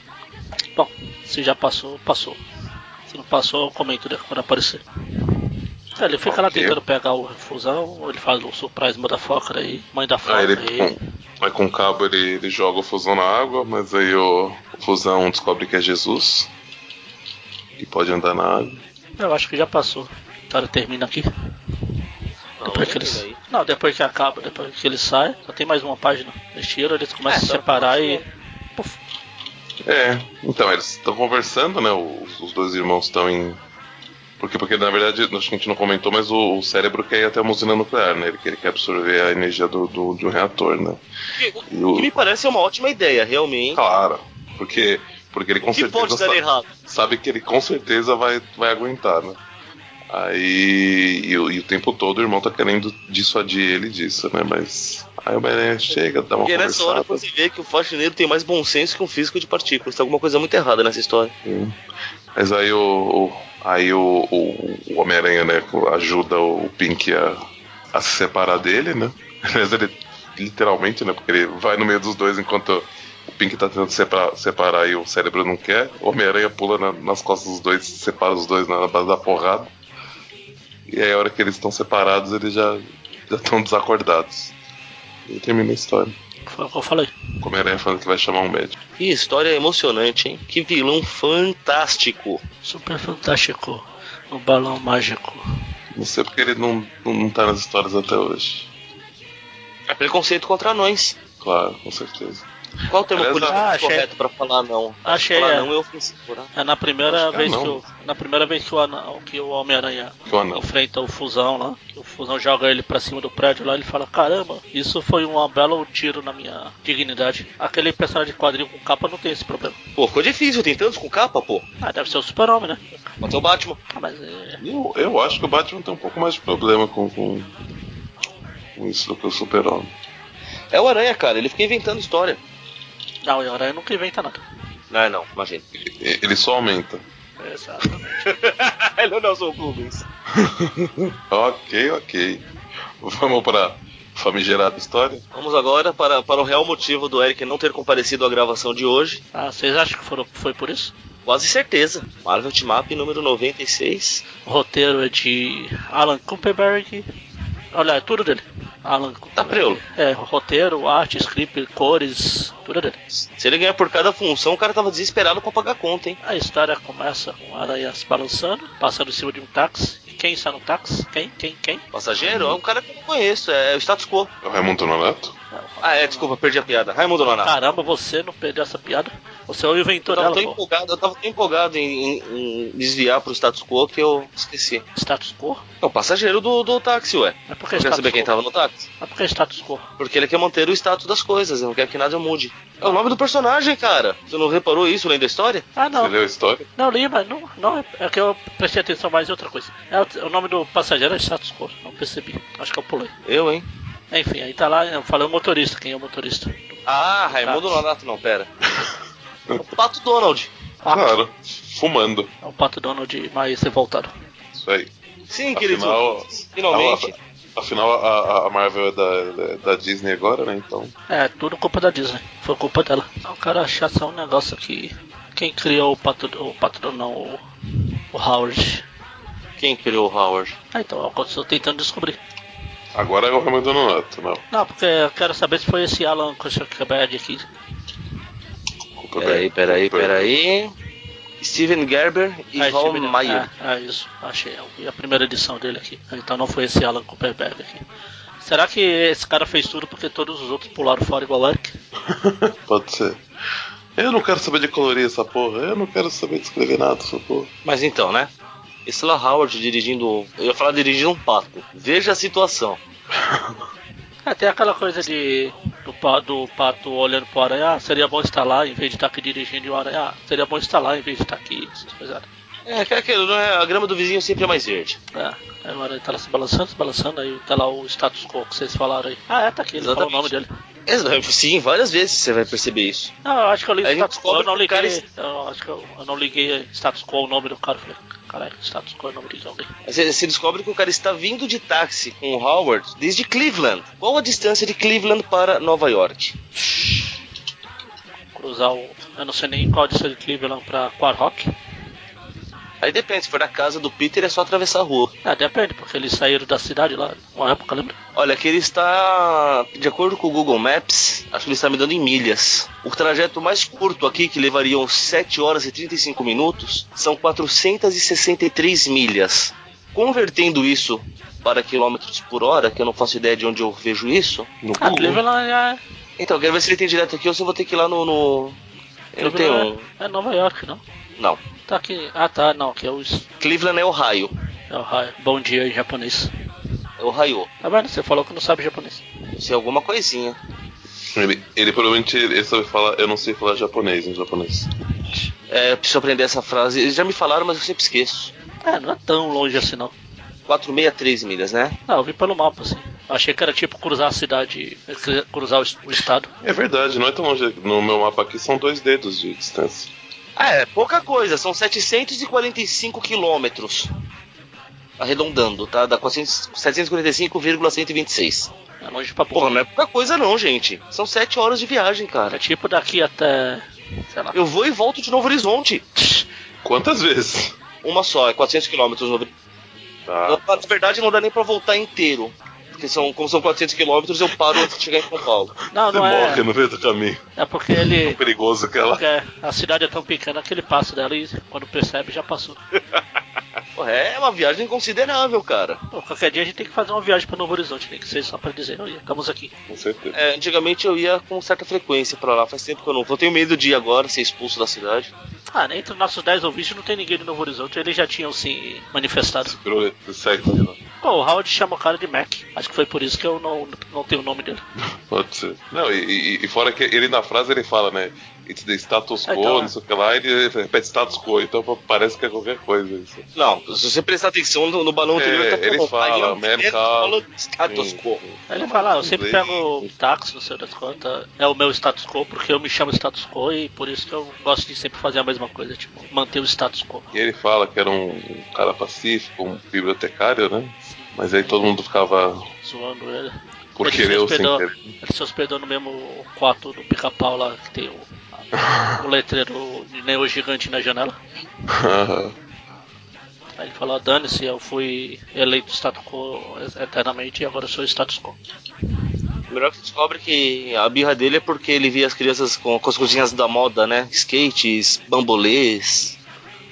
B: Bom, se já passou, passou. Se não passou, eu comento né, quando aparecer. É, ele fica lá
C: Ok.
B: tentando pegar o fusão, ele faz o surprise da foca aí, mãe da foca
C: Aí Ah, ele
B: aí.
C: com, aí com o cabo ele, ele joga o fusão na água, mas aí o, o fusão descobre que é Jesus. E pode andar na água.
B: Eu acho que já passou. Então ele termina aqui.
C: Tá
A: Não,
B: Depois que eles... Não, depois que acaba, depois que ele sai, só tem mais uma página. Eles tiram, eles começam
A: É,
B: a
A: só-
B: separar e. Puf,
C: É, então eles estão conversando, né? Os, os dois irmãos estão em. Porque, porque na verdade, acho que a gente não comentou, mas o, o cérebro quer ir até uma usina nuclear, né? Ele, quer- ele quer absorver a energia do, do- de um reator, né? E
A: O que me
C: o,
A: parece é uma ótima ideia, realmente.
C: claro, porque, porque ele com
A: que
C: certeza
A: pode dar
C: sa-
A: errado?
C: sabe que ele com certeza vai, vai aguentar, né? Aí. E, o- e o tempo todo o irmão tá querendo dissuadir ele disso, né? Mas. Aí o Belém chega, dá uma
A: Porque é nessa hora
C: conversada.
A: você vê que o faxineiro tem mais bom senso que um físico de partículas. Tem alguma coisa muito errada nessa história.
C: Mas aí o, o- aí o, o, o Homem-Aranha, né, ajuda o Pink a, a se separar dele, né? Mas ele, literalmente, né, porque ele vai no meio dos dois enquanto o Pink tá tentando separar, separar e o cérebro não quer. O Homem-Aranha pula na- nas costas dos dois, separa os dois na, na base da porrada. E aí a hora que eles estão separados, eles já já estão desacordados. E termina a história.
B: foi o que eu falei.
C: O Homem-Aranha falando que vai chamar um médico.
A: Que história emocionante, hein? Que vilão fantástico.
B: Super fantástico. O balão mágico.
C: Não sei porque ele não, não, não tá nas histórias até hoje.
A: É preconceito contra nós.
C: Claro, com certeza.
A: Qual o termo
C: Aliás,
A: político
B: ah, achei-
A: correto pra falar não?
B: Achei,
A: Falar
B: é.
A: não é ofensivo, né?
B: É na primeira
C: Acho que é
B: vez
C: não.
B: que o, na primeira vez que o, ana- que o Homem-Aranha
C: Que o anão.
B: enfrenta o Fusão lá, o Fusão joga ele pra cima do prédio lá, ele fala: "Caramba, isso foi um belo tiro na minha dignidade". Aquele personagem de quadrinho com capa não tem esse problema.
A: Pô, ficou difícil. Tem tantos com capa, pô.
B: Ah, deve ser o Super-Homem, né?
A: Até o Batman.
B: Ah, Mas é,
C: Eu, eu acho que o Batman tem um pouco mais de problema com, com, com isso do que o Super-Homem.
A: É o Aranha, cara. Ele fica inventando história.
B: não, o Aranha um nunca inventa nada.
A: Não, é não. Imagina.
C: E- Ele só aumenta.
B: Exatamente.
A: Ele é o Nelson Rubens.
C: Ok, ok. Vamos pra famigerada história?
A: Vamos agora para, para o real motivo do Eric não ter comparecido à gravação de hoje.
B: Ah, vocês acham que foram, foi por isso?
A: Quase certeza. Marvel Team Up número 96.
B: O roteiro é de Alan Kumpelberg. Olha, é tudo dele. Alan
C: Tá
A: Taprelo.
B: É, roteiro, arte, script, cores, tudo dele.
A: Se ele ganhar por cada função, o cara tava desesperado pra pagar a conta, hein?
B: A história começa com aranhas balançando, passando em cima de um táxi. E quem está no táxi? Quem? Quem? Quem?
A: Passageiro é um cara que eu não conheço, é o status quo.
C: É o Raimundo Nonato?
A: Ah, é, desculpa, perdi a piada. Raimundo Nonato.
B: Caramba, você não perdeu essa piada? Você é o
A: Eu
B: inventor
A: tava
B: Tá, dela,
A: tão
B: pô.
A: empolgado, eu tava tão empolgado em, em- em desviar pro status quo que eu esqueci.
B: Status quo?
A: É o passageiro do, do táxi, ué.
B: Mas por que é
A: Eu quero
B: status
A: saber quem tá- tava
B: quo?
A: no táxi.
B: Mas por que status quo?
A: Porque ele quer manter o status das coisas, ele não quer que nada mude. É o nome do personagem, cara. Você não reparou isso lendo a história?
B: Ah,
C: Você
B: não.
C: leu é a história?
B: Não li, mas não, não, é que eu prestei atenção mais em outra coisa. É, o- o nome do passageiro é status quo, não percebi. Acho que eu pulei.
A: Eu, hein?
B: Enfim, aí tá lá, eu falei o motorista, quem é o motorista?
A: Ah, Raimundo Nonato, não, pera. É o Pato Donald.
C: Claro. Fumando.
B: É o Pato Donald mais revoltado.
C: Isso aí.
A: Sim, queridos
C: Afinal,
A: ouvintes, finalmente.
C: a- afinal a, a- a Marvel é da, da Disney agora, né? Então.
B: É, tudo culpa da Disney. Foi culpa dela. O cara achar só um negócio que. Quem criou o Pato. O Pato Donald, não, o, o Howard.
A: Quem criou o Howard?
B: Ah, então, eu estou tentando descobrir.
C: Agora é o Raimundo Nonato, não.
B: Não, porque eu quero saber se foi esse Alan Kushakabad aqui.
C: Culpa
A: Peraí,
C: dele.
A: peraí,
C: Culpa dele.
A: peraí. Steven Gerber e
B: Ah,
A: Val
B: esse menino.
A: Mayer.
B: Ah, ah, isso. Achei. Eu vi a primeira edição dele aqui. Então não foi esse Alan Cooperberg aqui. Será que esse cara fez tudo porque todos os outros pularam fora igual o Eric?
C: Pode ser. Eu não quero saber de colorir essa porra. Eu não quero saber de escrever nada, essa porra.
A: Mas então, né? Estela Howard dirigindo. Eu ia falar dirigindo um pato. Veja a situação.
B: É, tem aquela coisa de do, pa- do pato olhando pro aranha, ah, seria bom estar lá em vez de estar aqui dirigindo e o aranha, ah, seria bom estar lá em vez de estar aqui, essas coisas.
A: É, que é aquilo, né? A grama do vizinho sempre é mais verde.
B: É, aí o aranha tá lá se balançando, se balançando, aí tá lá o status quo que vocês falaram aí. Ah, é, tá aqui, ele falou o
A: Exatamente.
B: nome dele.
A: Exa- Sim, várias vezes você vai perceber isso.
B: Não, eu acho que eu li
A: Aí a gente
B: status quo, eu não
A: descobre que o
B: liguei. Eu acho que eu, eu não liguei status quo o nome do cara. Eu Falei, caralho, status quo é o nome de alguém.
A: Você, você descobre que o cara está vindo de táxi com o Howard desde Cleveland. Qual a distância de Cleveland para Nova York?
B: Cruzar o. Eu não sei nem qual distância de Cleveland pra Quad Rock.
A: Aí depende, se for da casa do Peter é só atravessar a rua.
B: Ah, depende, porque eles saíram da cidade lá, uma época, lembra?
A: Olha, que ele está, de acordo com o Google Maps, acho que ele está me dando em milhas. O trajeto mais curto aqui, que levariam 7 horas e 35 minutos, são 463 milhas. Convertendo isso para quilômetros por hora, que eu não faço ideia de onde eu vejo isso.
C: No
B: Ah,
C: Google.
B: Cleveland é.
A: Então, quero ver se ele tem direto aqui ou se eu vou ter que ir lá no. no... Eu não
B: Cleveland
A: tenho. um,
B: é, é Nova York, não?
A: Não.
B: Tá aqui. Ah, tá, não, que é o.
A: Cleveland é Ohio.
B: É o raio. Bom dia em japonês.
A: É Ohio.
B: Tá vendo? Você falou que não sabe japonês.
A: Isso é alguma coisinha.
C: Ele, ele provavelmente ele sabe falar. Eu não sei falar japonês em japonês.
A: É, preciso aprender essa frase. Eles já me falaram, mas eu sempre esqueço.
B: É, não é tão longe assim, não.
A: 463 milhas, né?
B: Não, eu vi pelo mapa, assim. Achei que era tipo cruzar a cidade, cruzar o es- o estado.
C: É verdade, não é tão longe. No meu mapa aqui são dois dedos de distância.
A: Ah, É, pouca coisa, são 745 quilômetros. Arredondando, tá? Dá 400 745,126.
B: É longe pra
A: Porra,
B: porra.
A: não é pouca coisa não, gente. São 7 horas de viagem,
B: É
A: cara.
B: tipo daqui até. sei lá.
A: Eu vou e volto de Novo Horizonte.
C: Quantas vezes?
A: Uma só, é 400 quilômetros. Novo...
C: Ah,
A: Na verdade, não dá nem pra voltar inteiro. Porque são, como são 400 quilômetros, eu paro antes de chegar em São Paulo.
B: Não,
C: você
B: não é.
C: morre né? no meio do caminho.
B: É porque ele.
C: Perigoso que ela.
B: porque a cidade é tão pequena que ele passa dela e quando percebe já passou.
A: Porra, é uma viagem considerável, cara.
B: Pô, qualquer dia a gente tem que fazer uma viagem pra Novo Horizonte, nem que seja só pra dizer, olha, estamos aqui.
C: Com certeza.
A: É, antigamente eu ia com certa frequência pra lá, faz tempo que eu não vou. Eu tenho medo de ir agora, ser expulso da cidade.
B: Ah, entre os nossos 10 ouvintes não tem ninguém de Novo Horizonte, eles já tinham se manifestado.
C: Segura- Segue né? pra lá.
B: Pô, o Howard chama o cara de Mac. Acho que foi por isso que eu não, não tenho o nome dele.
C: Pode ser. Não, e, e- e fora que ele na frase ele fala, né? It's the status quo,
B: Ah, então,
C: não sei o que lá, ele repete status quo, então pô, parece que é qualquer coisa isso.
A: Não, se você prestar atenção no, no balão
C: É,
A: anterior, tá
C: ele
A: bom,
C: fala,
A: aí eu-
C: mercado,
A: ele fala status
C: sim.
A: quo.
B: Aí ele fala, ah, eu
C: Mas
B: sempre
C: inglês-
B: pego o táxi, não sei das quantas, é o meu status quo, porque eu me chamo status quo e por isso que eu gosto de sempre fazer a mesma coisa, tipo, manter o status quo.
C: E ele fala que era um, um cara pacífico, um bibliotecário, né? Mas aí todo mundo ficava
B: Zoando ele.
C: por
B: ele
C: querer
B: se
C: ou é sem
B: hospedou,
C: querer.
B: Ele se hospedou no mesmo quarto do pica-pau lá, que tem o,
C: "Ah,
B: o letreiro de Neo Gigante na janela. Aí ele falou, "Ah, dane-se, eu fui eleito status quo eternamente e agora eu sou status quo.
A: Melhor que descobre que a birra dele é porque ele via as crianças com, com as coisinhas da moda, né? Skates, bambolês.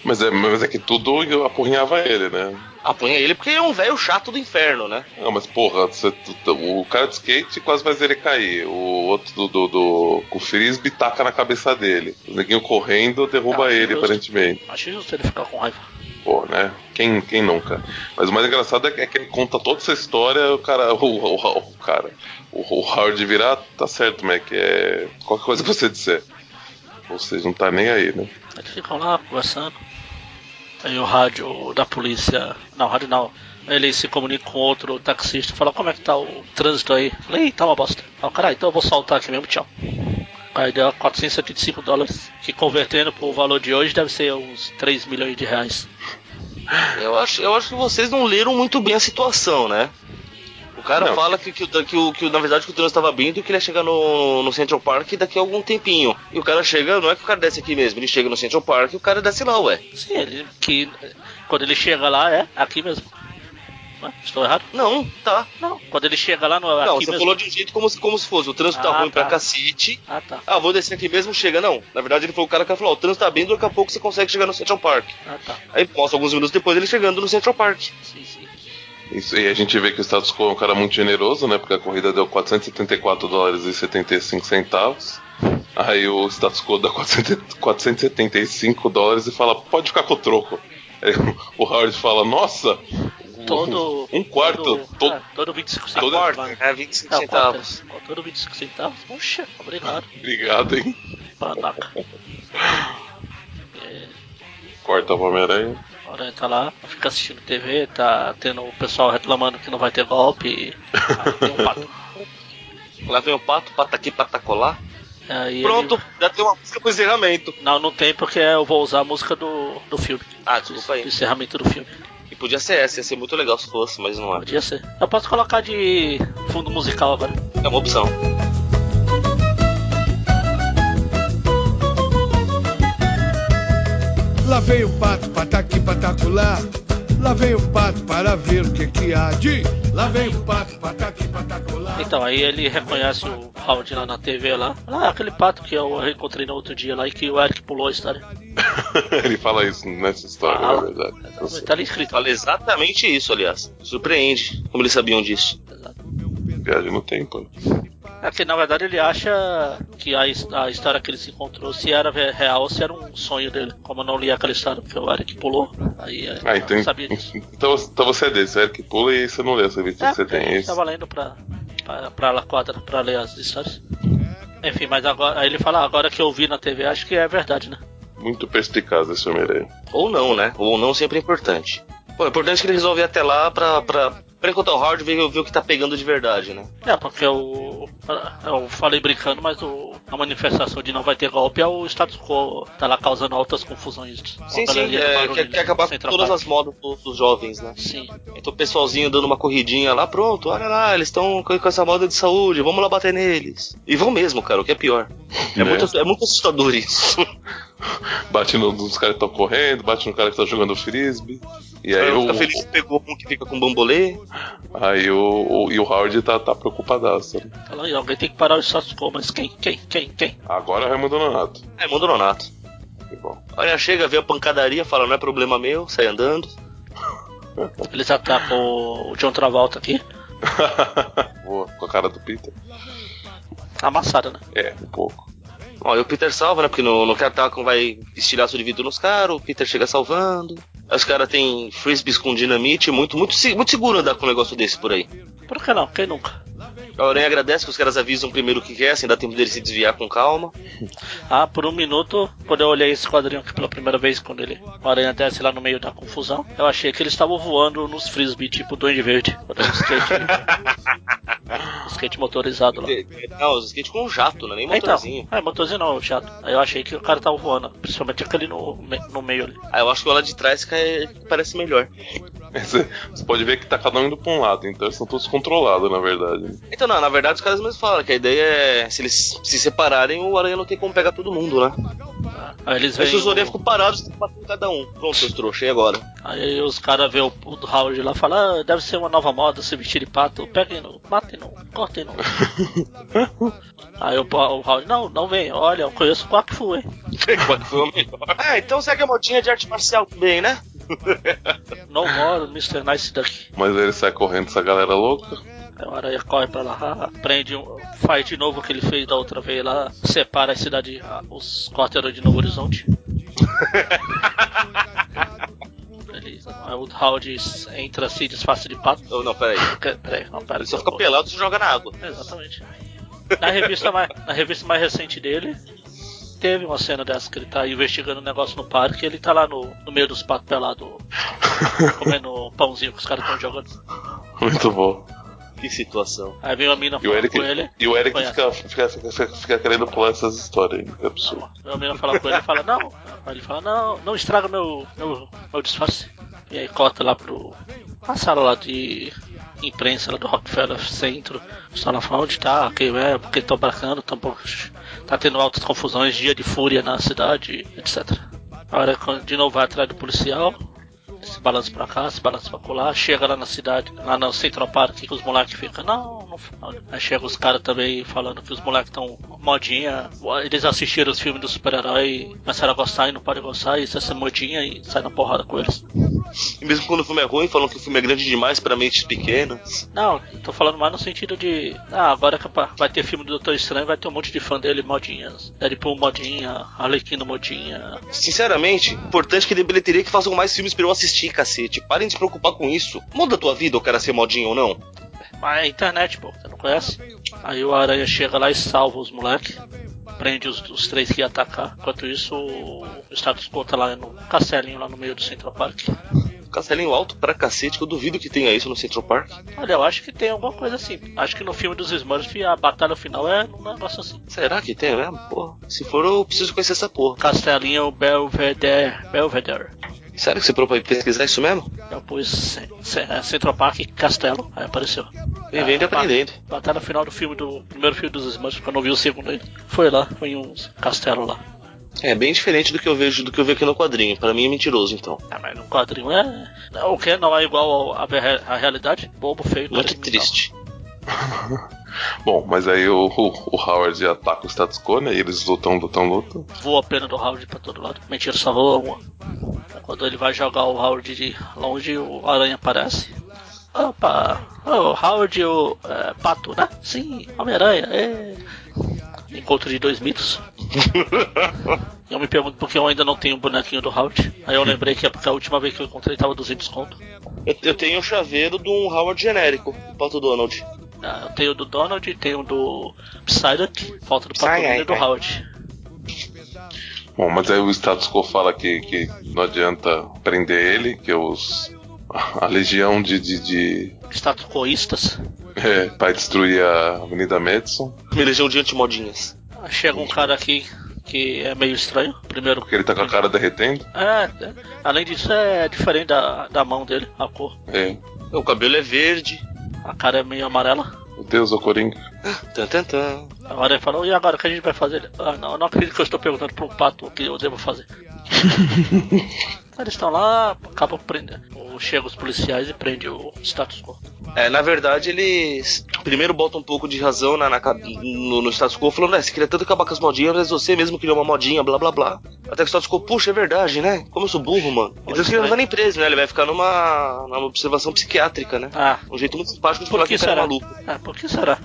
C: Mas é, mas é que tudo eu apunhava ele, né?
A: Apunha ele porque ele é um velho chato do inferno, né?
C: Não, mas porra, você- tu- tu- o cara de skate quase faz ele cair. O outro do, do, do- com o frisbee taca na cabeça dele. O neguinho correndo derruba
B: Ah,
C: ele,
B: justo.
C: aparentemente.
B: Acho justo ele ficar com raiva.
C: Pô, né? Quem, quem nunca? Mas o mais engraçado é que- é que ele conta toda essa história, o cara. O, o- o cara. O, o Howard virar, tá certo, Mac. É. Qualquer coisa que você disser. Ou seja, não tá nem aí, né?
B: Eles ficam é lá conversando. Aí o rádio da polícia. Não, rádio não. Ele se comunica com outro taxista e fala como é que tá o trânsito aí. Falei, "Ih, tá uma bosta. Ah, cara, então eu vou saltar aqui mesmo, tchau. Aí deu 475 dólares, que convertendo pro valor de hoje deve ser uns 3 milhões de reais.
A: Eu acho, eu acho que vocês não leram muito bem a situação, né? O cara
C: Não.
A: fala que, que, o- que, o- que o- na verdade que o trânsito estava abrindo e que ele ia chegar no, no Central Park daqui a algum tempinho. E o cara chega, não é que o cara desce aqui mesmo, ele chega no Central Park e o cara desce lá, ué.
B: Sim, ele que. Quando ele chega lá, é aqui mesmo. Ué, Estou errado?
A: Não, tá.
B: Não, quando ele chega lá, não é
A: não,
B: aqui
A: você
B: mesmo.
A: falou de um jeito como, se- como se fosse, o trânsito tá
B: Ah,
A: ruim pra
B: tá.
A: cacete.
B: Ah, tá.
A: Ah, vou descer aqui mesmo, chega. Não, na verdade ele foi o cara que falou, ó, o trânsito tá abrindo, daqui a pouco você consegue chegar no Central Park.
B: Ah, tá.
A: Aí mostra alguns minutos depois ele chegando no Central Park.
B: Sim, sim.
C: Isso, e a gente vê que o status quo é um cara muito generoso, né? Porque a corrida deu 474 dólares e 75 centavos. Aí o status quo dá 400 475 dólares e fala, pode ficar com o troco. Aí o Howard fala, nossa,
B: Todo.
C: um quarto,
B: Todo,
C: todo-
B: é, todo 25
C: todo-
B: centavos. vai.
A: É, 25
B: Não,
A: centavos.
B: centavos. Todo 25 centavos? Puxa, obrigado.
C: obrigado, hein?
B: Panaca.
C: Corta o Homem-Aranha.
B: Agora É, tá lá, fica assistindo TV, tá tendo o pessoal reclamando que não vai ter golpe. Aí tem um pato.
A: Lá vem o pato, pata aqui, pata colar.
B: Aí
A: Pronto,
B: ele-
A: já tem uma música pro encerramento.
B: Não, não tem porque eu vou usar a música do, do filme.
A: Ah, desculpa aí.
B: Do encerramento do filme.
A: E podia ser essa, ia ser muito legal se fosse, mas não é.
B: Podia ser. Eu posso colocar de fundo musical agora.
A: É uma opção.
D: Lá vem o pato, tá pataqui, pataculá. Lá vem o pato para ver o que que há de. Lá vem o pato, tá pataqui, pataculá.
B: Então, aí ele reconhece o Howard lá na TV lá. Ah, aquele pato que eu reencontrei no outro dia lá e que o Eric pulou a história.
C: Ele fala isso nessa história,
B: Ah,
C: na verdade. Então,
B: Tá ali escrito.
A: Fala exatamente isso, aliás. Surpreende como eles sabiam disso.
C: Viagem no tempo.
B: É que na verdade ele acha que a, his- a história que ele se encontrou se era ve- real ou se era um sonho dele. Como eu não li aquela história porque o Eric pulou, aí é,
C: Ah,
B: eu
C: então,
B: não sabia disso.
C: então, então você é desse, é que pula e você não lê essa revista
B: É,
C: que então você
B: porque
C: tem.
B: eu
C: Isso.
B: tava lendo pra, pra, pra lá quadra pra ler as histórias. Enfim, mas agora aí ele fala, "Ah, agora que eu vi na TV, acho que é verdade, né?
C: Muito perspicaz esse Homem-Aranha.
A: Ou não, né? Ou não sempre é importante. Bom, é importante que ele resolve ir até lá pra, pra, pra encontrar o Howard e ver, ver o que tá pegando de verdade, né?
B: É, porque o. Eu falei brincando, mas o, a manifestação de não vai ter golpe é o status quo. Tá lá causando altas confusões.
A: Sim,
B: Uma
A: sim,
B: galeria de
A: é,
B: barulho né?
A: quer, quer acabar com
B: Central
A: todas
B: Park.
A: as modas do- dos jovens, né?
B: Sim.
A: Então o pessoalzinho dando uma corridinha lá, pronto, olha lá, eles estão com com essa moda de saúde, vamos lá bater neles. E vão mesmo, cara, o que é pior. É,
C: Né?
A: muito, é muito assustador isso.
C: Bate no- nos caras que estão correndo, bate no cara que tá jogando frisbee. E aí,
A: É, eu
C: o,
A: fico feliz que pegou um que fica com bambolê.
C: aí o, o- e o Howard tá, tá preocupadaço. né?
B: Tá lá, e alguém tem que parar o status quo, mas quem, quem, quem, quem?
C: Agora é o Raimundo Nonato.
A: É, manda o Nonato.
C: Que bom.
A: Olha, chega, vê a pancadaria, fala, não é problema meu, sai andando.
B: Eles atacam o- o John Travolta aqui.
C: Boa, com a cara do Peter.
B: Amassada, né?
C: É, um pouco.
A: Ó, e o Peter salva, né? Porque no, no que atacam vai estilhaço de vidro nos caras, o Peter chega salvando. Aí Os caras têm frisbees com dinamite, muito, muito, se- muito seguro andar com um negócio desse por aí.
B: Por que não? Quem nunca?
A: A Aranha agradece que os caras avisam primeiro o que quer, assim dá tempo dele se desviar com calma.
B: Ah, por um minuto, quando eu olhei esse quadrinho aqui pela primeira vez, quando ele, o aranha desce lá no meio da confusão, eu achei que eles estavam voando nos frisbee, tipo Duende Verde. Quando era um skate, um skate motorizado lá.
A: Não, os skate com um jato, né? Nem
B: Então,
A: motorzinho.
B: é, motorzinho não, chato. Aí eu achei que o cara tava voando, principalmente aquele no, me- no meio ali.
A: Aí Ah, eu acho que o lá de trás cai- parece melhor.
C: Você, você pode ver que tá cada um indo pra um lado, então eles são todos controlados, na verdade.
A: Então, não, na verdade os caras mesmos falam que a ideia é se eles se separarem, o Aranha não tem como pegar todo mundo, né?
B: Ah, Aí eles
A: Aí
B: veem.
A: se os orelhas
B: O...
A: ficam parados, batendo em cada um. Pronto, seus trouxa, e agora?
B: Aí os caras vê o, o do Howard lá e falam, ah, deve ser uma nova moda se vestir de pato, peguem não, matem não, cortem não. Aí o, pa- o Howard, não, não vem, olha, eu conheço o Quack Fu, hein?
C: Qual foi o melhor?
A: Ah, então segue a modinha de arte marcial também, né?
B: Não moro, Mr. Nice daqui.
C: Mas ele sai correndo essa galera louca.
B: Aí o Aranha corre pra lá, ah, prende, um- faz de novo o que ele fez da outra vez lá, separa a cidade, ah, os quarteirões de Novo Horizonte. Ele, aí o Howard entra se disfarça de pato.
A: Oh, não, peraí.
B: Pera- Peraí, não, pera,
A: Ele só fica pelado e se joga na água.
B: Exatamente. Na revista mais, na revista mais recente dele, teve uma cena dessa que ele tá investigando um negócio no parque e ele tá lá no, no meio dos patos pelados, comendo um pãozinho que os caras estão jogando.
C: Muito bom.
A: Que situação.
B: Aí vem uma mina
C: E o
B: falar
C: Eric,
B: com ele.
C: e o Eric
B: Conhece.
C: fica, fica, fica, fica querendo pular essas histórias. hein? Que absurdo.
B: Vem uma mina falar com ele e fala, não. Aí ele fala, não, não estraga meu, meu, meu disfarce. E aí corta lá pro. A sala lá de imprensa lá do Rockefeller Centro. Só lá fala onde tá, quem é, porque estão bracando, tão, tá tendo altas confusões, dia de fúria na cidade, etc. A hora que de novo vai atrás do policial, se balança pra cá, se balança pra colar, chega lá na cidade, lá no Central Park, que os moleques ficam, não, não fala. Aí chega os caras também falando que os moleques estão modinha, eles assistiram os filmes do super-herói, e começaram a gostar e não podem gostar, e isso é ser modinha e sai na porrada com eles.
A: E mesmo quando o filme é ruim, falam que o filme é grande demais pra mentes pequenas.
B: Não, eu tô falando mais no sentido de. Ah, agora que pa- vai ter filme do Doutor Estranho, vai ter um monte de fã dele, modinhas. Deadpool modinha, Arlequino modinha.
A: Sinceramente, importante que dê bilheteria que façam mais filmes pra eu assistir, cacete. Parem de se preocupar com isso. Muda a tua vida, o cara ser modinho ou não.
B: Mas é internet, pô, você não conhece? Aí o Aranha chega lá e salva os moleques. Prende os, os três que ia atacar. Enquanto isso, o status quo tá lá no castelinho, lá no meio do Central Park.
A: Castelinho alto pra cacete, que eu duvido que tenha isso no Central Park.
B: Olha, eu acho que tem alguma coisa assim. Acho que no filme dos Smurfs a batalha final é um negócio assim.
A: Será que tem mesmo? Porra. Se for, eu preciso conhecer essa porra.
B: Castelinho Belvedere. Belvedere.
A: Sério que você parou pra pesquisar isso mesmo?
B: Eu pus C- C- é, Central Park Castelo, aí apareceu.
A: Vivendo e
B: Ah,
A: aprendendo.
B: ba- Batalha final do filme do primeiro filme dos Smurfs, que eu não vi o segundo ainda. Foi lá, foi em um castelo lá.
A: É bem diferente do que eu vejo do que eu vi aqui no quadrinho. Pra mim é mentiroso, então.
B: Ah, mas no quadrinho é. não, O que? Não é igual ao- à ver- à realidade? Bobo, feio,
A: Muito
B: criminal.
A: triste.
C: Bom, mas aí o, o, o Howard ataca o status quo, né? E eles lutam, lutam, lutam.
B: Voa a pena do Howard pra todo lado. Mentira, só voa uma. Quando ele vai jogar o Howard de longe, o Aranha aparece. Opa! O Howard, o é, Pato, né? Sim, Homem-Aranha. é. Encontro de dois mitos. Eu me pergunto por que eu ainda não tenho o bonequinho do Howard. Aí eu lembrei que é porque a última vez que eu encontrei tava 200 conto.
A: Eu, eu tenho um chaveiro de um Howard genérico, do Pato Donald.
B: Ah, Eu tenho o do Donald, tenho o do Psyduck, falta do Pato
A: Psyduck,
B: Donald e do
A: é.
B: Howard.
C: Bom, mas aí o status quo fala que, que não adianta prender ele, que os. A legião de. de, de
B: Estatucoístas.
C: é, vai destruir a Avenida Madison.
A: Me legião de antimodinhas.
B: Aí Chega um cara aqui que é meio estranho. Primeiro
C: Porque ele tá com a cara derretendo.
B: É, é. além disso é diferente da, da mão dele, a cor.
C: É.
A: O cabelo é verde.
B: A cara é meio amarela.
C: Meu Deus, o Coringa.
A: Tan, tan, tan.
B: Agora ele falou, e agora o que a gente vai fazer? Ele, Ah, não, eu não acredito que eu estou perguntando para um pato o que eu devo fazer. Eles estão lá, acabam prendendo. Chegam os policiais e prendem o status quo.
A: É, na verdade, eles primeiro botam um pouco de razão na, na ca- no, no status quo, falando, né, você queria tanto acabar com as modinhas, mas você mesmo criou uma modinha, blá blá blá. Até que o status quo, puxa, é verdade, né? Como eu sou burro, mano. Então ele não tá nem preso, né? Ele vai ficar numa, numa observação psiquiátrica, né?
B: Ah,
A: Um jeito muito simpático de
B: por
A: falar
B: que
A: que o cara é
B: será?
A: maluco.
B: Ah, por que será?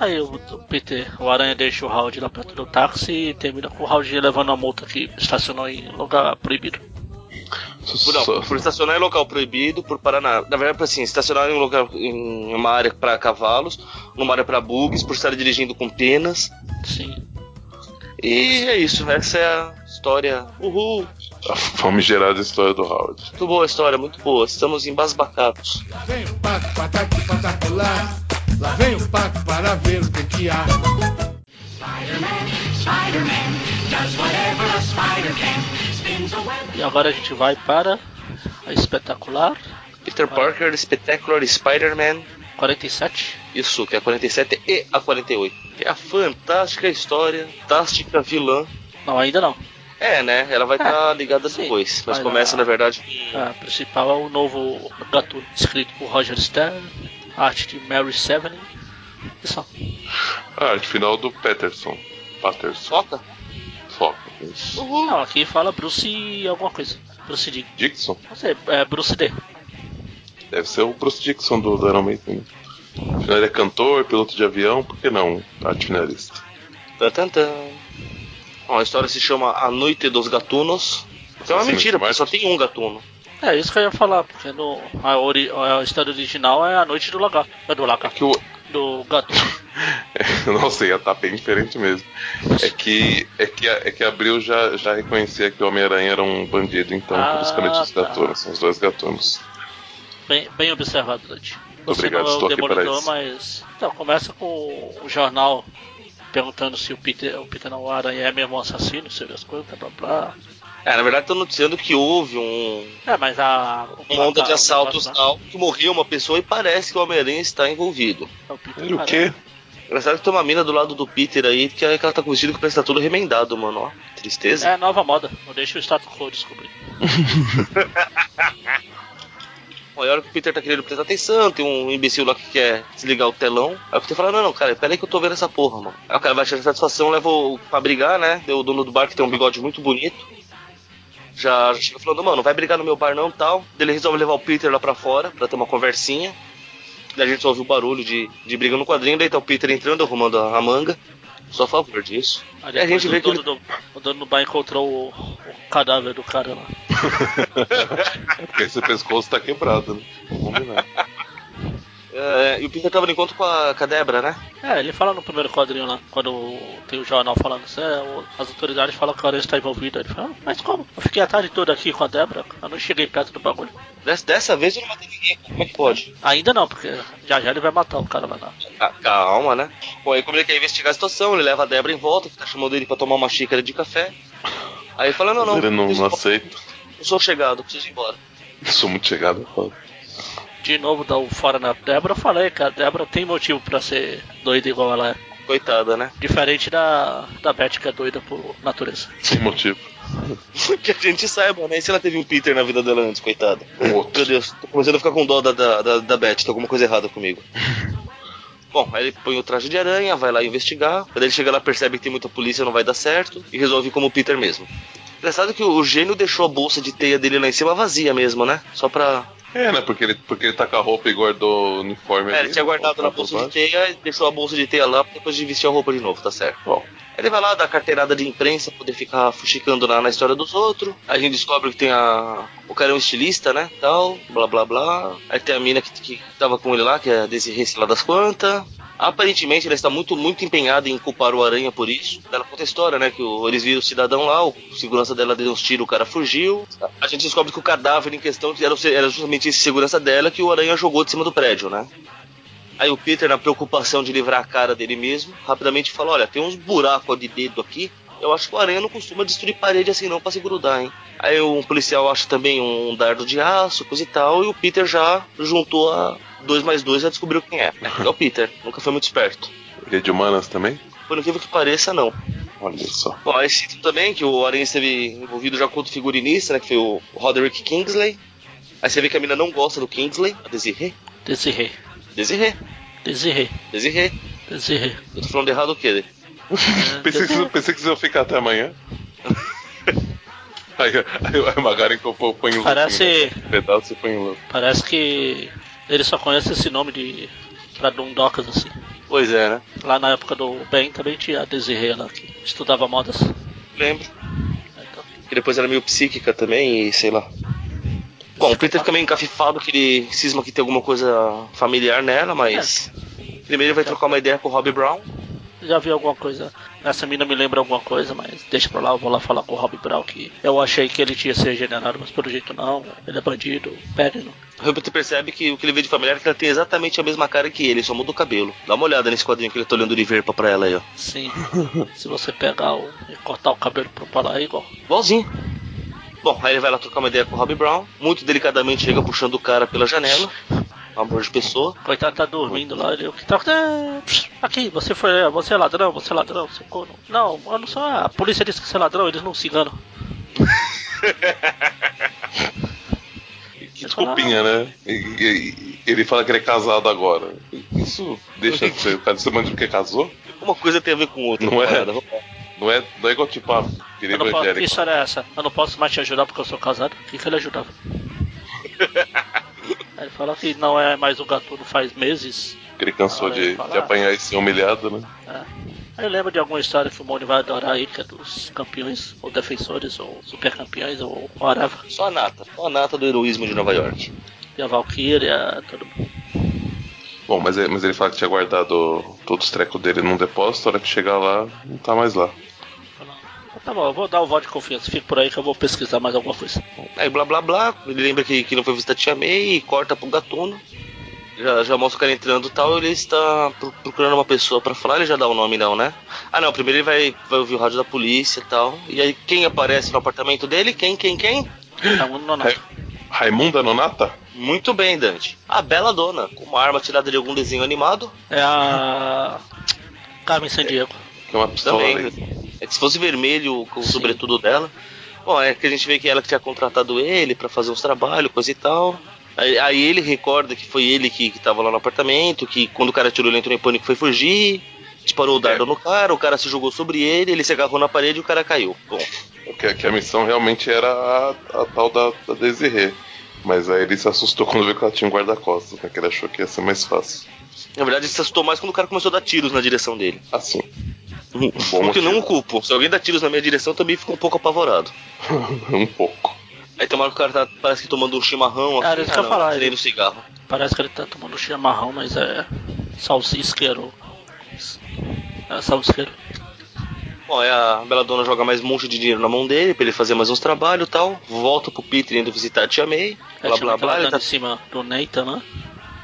B: Aí o, o Peter, o Aranha deixa o Howard lá perto do táxi e termina com o Howard levando a multa que estacionou em lugar proibido.
A: Por, não,
C: Só-
A: por estacionar em local proibido, por parar na. Na verdade, assim, estacionar em, um local, em uma área pra cavalos, numa área pra bugs, por estar dirigindo com penas.
B: Sim.
A: E é isso, essa é a história. Uhul!
C: A famigerada história do Howard.
A: Muito boa a história, muito boa. Estamos embasbacados.
D: Lá vem o pato, tá pataque, patacolar. Lá vem o pato para ver o que, que há.
E: Spider-Man, Spider-Man, does whatever a spider can, spins a web.
B: E agora a gente vai para a espetacular
A: Peter
B: Ah.
A: Parker, Spectacular Spider-Man.
B: 47.
A: Isso, que é a 47 e a 48. Que é a fantástica história, fantástica vilã.
B: Não, ainda não.
A: É, né? Ela vai
B: É.
A: estar ligada
B: Sim.
A: depois. Mas
B: Vai
A: começa,
B: lá.
A: na verdade, em
B: A principal é o novo Gatuno, escrito por Roger Stern, arte de Mary Seven. E só.
C: A Ah, arte final do Patterson. Patterson.
A: Foca.
C: Foca.
B: Não, aqui fala Bruce alguma coisa. Bruce D.
C: Dixon?
B: Não sei, é Bruce D.
C: Deve ser o Bruce Dixon do, do Iron Maiden. né? Afinal, ele é cantor, piloto de avião, por que não? um Arte finalista.
A: Tan, tan, tan. Bom, a história se chama A Noite dos Gatunos. Isso é uma
C: Sim,
A: mentira, porque
C: mas-
A: só tem um gatuno.
B: É isso que eu ia falar, porque no, a, ori, a história original é a noite do lagarto. É do lagarto.
C: Que o...
B: Do gato.
C: Nossa, ia estar bem diferente mesmo. É que, é que, é que Abril já, já reconhecia que o Homem-Aranha era um bandido, então,
B: Ah,
C: por isso que eu meti os
B: tá.
C: gatunos, são os dois gatunos.
B: Bem, bem observado, Dante. Você
C: Obrigado,
B: não é o
C: estou aqui para
B: demolidor,
C: isso.
B: mas. Então, começa com o jornal perguntando se o Peter, o Peter não o aranha é mesmo um assassino, sei lá as coisas, blá blá blá.
A: É, na verdade estão noticiando que houve um,
B: É, mas a. o
A: uma onda
B: placar-
A: de
B: o
A: assaltos
B: negócio lá,
A: tal que morreu uma pessoa e parece que o Homem-Aranha está envolvido.
B: é o Peter
C: E o
B: Aranha.
C: quê?
A: Engraçado que tem uma mina do lado do Peter aí, que é que ela tá com o vestido que parece que tá tudo remendado, mano. Ó, tristeza.
B: É a nova moda, não deixa o status quo descobrir.
A: Bom, e a hora que o Peter tá querendo prestar atenção, tem um imbecil lá que quer desligar o telão. Aí o Peter fala, não, não, cara, pera aí que eu tô vendo essa porra, mano. Aí o cara vai tirar satisfação, leva o... pra brigar, né? Deu o dono do bar que tem um bigode muito bonito. Já chega falando, mano, não vai brigar no meu bar não tal. Daí Ele resolve levar o Peter lá pra fora pra ter uma conversinha. Daí a gente só ouve o barulho de, de briga no quadrinho, daí tá o Peter entrando, arrumando a, a manga. Sou a favor disso.
B: Aí
A: E É, a gente
B: depois
A: vê
B: o
A: que
B: dono,
A: ele...
B: do, o dono do bar encontrou o, o cadáver do cara lá.
C: É porque esse pescoço tá quebrado, né? Vamos combinar.
A: É, e o Peter tava no encontro com a Cadebra, né?
B: É, ele fala no primeiro quadrinho lá, quando tem o jornal falando isso, é, o- as autoridades falam que o Aranha está envolvido. Ele fala, "Ah, mas como? Eu fiquei a tarde toda aqui com a Débora, eu não cheguei perto do bagulho.
A: Des- dessa vez eu não matei ninguém, como é que pode?
B: Ainda não, porque já já ele vai matar o cara lá na.
A: Ah, calma, né? Bom, aí como ele quer investigar a situação, ele leva a Débora em volta, que tá chamando ele pra tomar uma xícara de café. Aí ele fala, não, não,
C: Ele não,
A: eu
C: não
A: sou-
C: aceita.
A: eu sou chegado, preciso ir embora.
C: Sou muito chegado. foda.
B: De novo dá o fora na Débora, eu falei que a Débora tem motivo pra ser doida igual ela é.
A: Coitada, né?
B: Diferente da, da Beth que é doida por natureza.
C: Sem motivo.
A: que a gente saiba, né? E se ela teve um Peter na vida dela antes, coitada?
C: Um outro.
A: Meu Deus, tô começando a ficar com dó da, da, da, da Beth, tem alguma coisa errada comigo. Bom, aí ele põe o traje de aranha, vai lá investigar. Quando ele chega lá, percebe que tem muita polícia, não vai dar certo. E resolve ir como o Peter mesmo. Engraçado que o gênio deixou a bolsa de teia dele lá em cima vazia mesmo, né? Só pra
C: É, né? Porque ele, porque ele tá com a roupa e guardou o uniforme
A: É,
C: ali.
A: ele tinha guardado
C: tá
A: na
C: por
A: bolsa de
C: baixo.
A: teia e deixou a bolsa de teia lá pra depois de vestir a roupa de novo, tá certo?
C: Bom,
A: Ele vai lá, dá carteirada de imprensa, poder ficar fuxicando na, na história dos outros. Aí a gente descobre que tem a. O cara é um estilista, né? Tal, blá blá blá. Aí tem a mina que, que tava com ele lá, que é desse rei lá das quantas. Aparentemente ela está muito, muito empenhada em culpar o Aranha por isso. Ela conta a história, né? Que o- eles viram o cidadão lá, o segurança dela deu uns tiros, o cara fugiu. A gente descobre que o cadáver em questão era, o- era justamente esse segurança dela que o Aranha jogou de cima do prédio, né? Aí o Peter, na preocupação de livrar a cara dele mesmo, rapidamente fala: Olha, tem uns buracos de dedo aqui. Eu acho que o aranha não costuma destruir parede assim não pra se grudar, hein? Aí um policial acha também um dardo de aço, coisa e tal, e o Peter já juntou a 2 mais 2 e já descobriu quem é. É o Peter, nunca foi muito esperto.
C: ele é de humanas também?
A: Por incrível que pareça, não.
C: Olha só.
A: Bom, aí cito também que o Aranha esteve envolvido já com outro figurinista, né? Que foi o Roderick Kingsley. Aí você vê que a mina não gosta do Kingsley, a Desirê.
B: Desirê,
A: Desirê,
B: desirê,
A: Desirê.
B: desirê.
A: Eu tô falando errado o quê?
C: Pensei que, pensei que vocês iam ficar até amanhã. aí, aí, aí o Magaren compõe põe o
B: Parece-
C: Um pedaço e põe o loop.
B: Parece que ele só conhece esse nome de. pra Dundocas assim.
A: Pois é, né?
B: Lá na época do Ben também tinha a Desirê lá que estudava modas.
A: Lembro.
B: Então,
A: Que depois era meio psíquica também e sei lá. Bom, o Peter fica meio encafifado que ele cisma que tem alguma coisa familiar nela, mas. Primeiro ele vai trocar uma ideia com o Rob Brown.
B: já vi alguma coisa. Essa mina me lembra alguma coisa, mas deixa pra lá, eu vou lá falar com o Rob Brown que eu achei que ele tinha ser generado, mas pelo jeito não. Ele é bandido, pega ele não.
A: O Peter percebe que o que ele vê de familiar é que ela tem exatamente a mesma cara que ele, só muda o cabelo. Dá uma olhada nesse quadrinho que ele tá olhando de verpa pra ela aí, ó.
B: Sim. Se você pegar o, e cortar o cabelo pro palar é igual.
A: Igualzinho. Bom, aí ele vai lá trocar uma ideia com o Rob Brown. Muito delicadamente chega puxando o cara pela janela. amor de pessoa.
B: Coitado tá dormindo lá, ele, o que tá acontecendo? Psh, Aqui, você foi, você é ladrão, você é ladrão, você é corno. Não, eu não sou, a polícia disse que você é ladrão, eles não cigano.
C: Que desculpinha, né? E- e- e- ele fala que ele é casado agora. Isso deixa de ser. O cara se manda porque casou?
A: Uma coisa tem a ver com outra.
C: Não é?
A: parada, vamos lá.
C: Não é, não é igual tipo a querer
B: Eu não posso, que
C: evangélica.
B: história é essa? Eu não posso mais te ajudar porque eu sou casado. O que, que ele ajudava? Aí ele fala que não é mais o gatuno faz meses.
C: Que ele cansou
B: Ah, eu
C: de,
B: ia falar.
C: de apanhar e ser humilhado, né?
B: É. Aí lembra de alguma história que o Moni vai adorar aí, que é dos campeões, ou defensores, ou super campeões, ou whatever.
A: Só a nata. Só a nata do heroísmo de Nova York.
B: E a Valkyria, todo mundo.
C: Bom, mas, ele- mas ele fala que tinha guardado todos os trecos dele num depósito, a hora que chegar lá, não tá mais lá.
B: Fala, "Ah, Tá bom, eu vou dar o voto de confiança. Fica por aí que eu vou pesquisar mais alguma coisa.
A: Aí blá blá blá, ele lembra que, que não foi visitar a Tia May e corta pro gatuno. Já, já mostra o cara entrando e tal, ele está pro- procurando uma pessoa pra falar, ele já dá o nome não, né? Ah não, primeiro ele vai, vai ouvir o rádio da polícia e tal. E aí quem aparece no apartamento dele? Quem, quem, quem?
B: Tá um nonato.
C: Ra- Raimunda Nonata?
A: Muito bem, Dante. A bela dona, com uma arma tirada de algum desenho animado.
B: É a. Carmen Sandiego.
C: Que é uma pistola
A: Também.
C: ali.
A: É que se fosse vermelho com o sobretudo dela. Bom, é que a gente vê que ela que tinha contratado ele pra fazer uns trabalhos, coisa e tal. Aí, aí ele recorda que foi ele que, que tava lá no apartamento, que quando o cara tirou ele entrou em pânico e foi fugir. Disparou o dardo no cara, o cara se jogou sobre ele, ele se agarrou na parede e o cara caiu. Bom,
C: Que, que a missão realmente era a, a tal da, da Desirê. Mas aí ele se assustou quando viu que ela tinha um guarda-costas, né? Que ele achou que ia ser mais fácil.
A: na verdade ele se assustou mais quando o cara começou a dar tiros na direção dele.
C: Assim.
A: o que eu não culpo. Se alguém dá tiros na minha direção, eu também fico um pouco apavorado.
C: um pouco.
A: Aí tem uma hora que o cara tá, parece que tomando um chimarrão,
B: Cara, isso que eu ia falar,
A: tirei
B: ele-
A: no cigarro.
B: Parece que ele tá tomando chimarrão, mas é. Salsisqueiro. É salsisqueiro.
A: Bom, aí a Bela Dona joga mais um monte de dinheiro na mão dele pra ele fazer mais uns trabalhos e tal. Volta pro Peter indo visitar a Tia May.
B: É,
A: Blá
B: tinha
A: blá
B: aquela
A: blá. Ele
B: dona
A: tá...
B: em cima do Nathan, né?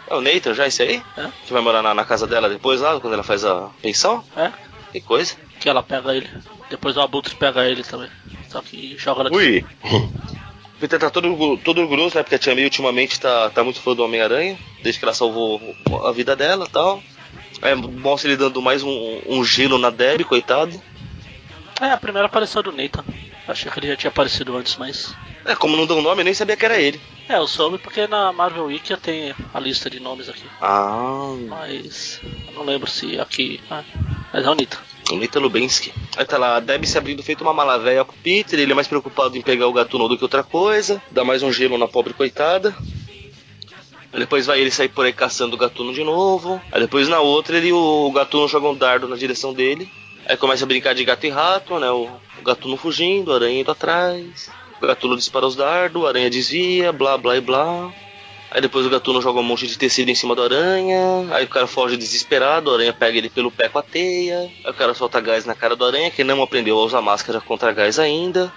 A: É o Nathan já, esse aí?
B: É.
A: Que vai morar na, na casa dela depois lá, quando ela faz a pensão?
B: É.
A: Que coisa.
B: Que ela pega ele. Depois o Abutre pega ele também. Só que joga ele.
A: Ui! O Peter tá todo, orgu- todo orgulhoso, né? Porque a Tia May ultimamente tá, tá muito fã do Homem-Aranha, desde que ela salvou a vida dela e tal. É, mostra ele dando mais um, um gelo na Debbie, coitado.
B: É, a primeira aparição do Nathan. Achei que ele já tinha aparecido antes, mas.
A: É, como não dão nome, eu nem sabia que era ele.
B: É, eu soube porque na Marvel Wiki eu tenho a lista de nomes aqui.
A: Ah,
B: Mas. Eu não lembro se aqui. Ah, mas é o Nathan.
A: O Nathan Lubensky. Aí tá lá, a Debbie se abrindo feito uma malavéia pro Peter, ele é mais preocupado em pegar o gatuno do que outra coisa, dá mais um gelo na pobre coitada. Aí depois vai ele sair por aí caçando o gatuno de novo. Aí depois na outra ele o gatuno joga um dardo na direção dele. Aí começa a brincar de gato e rato, né? O, o gatuno fugindo, a aranha indo atrás. O gatuno dispara os dardos, a aranha desvia, blá blá e blá. Aí depois o gatuno joga um monte de tecido em cima do aranha. Aí o cara foge desesperado, a aranha pega ele pelo pé com a teia. Aí o cara solta gás na cara do aranha, que não aprendeu a usar máscara contra gás ainda.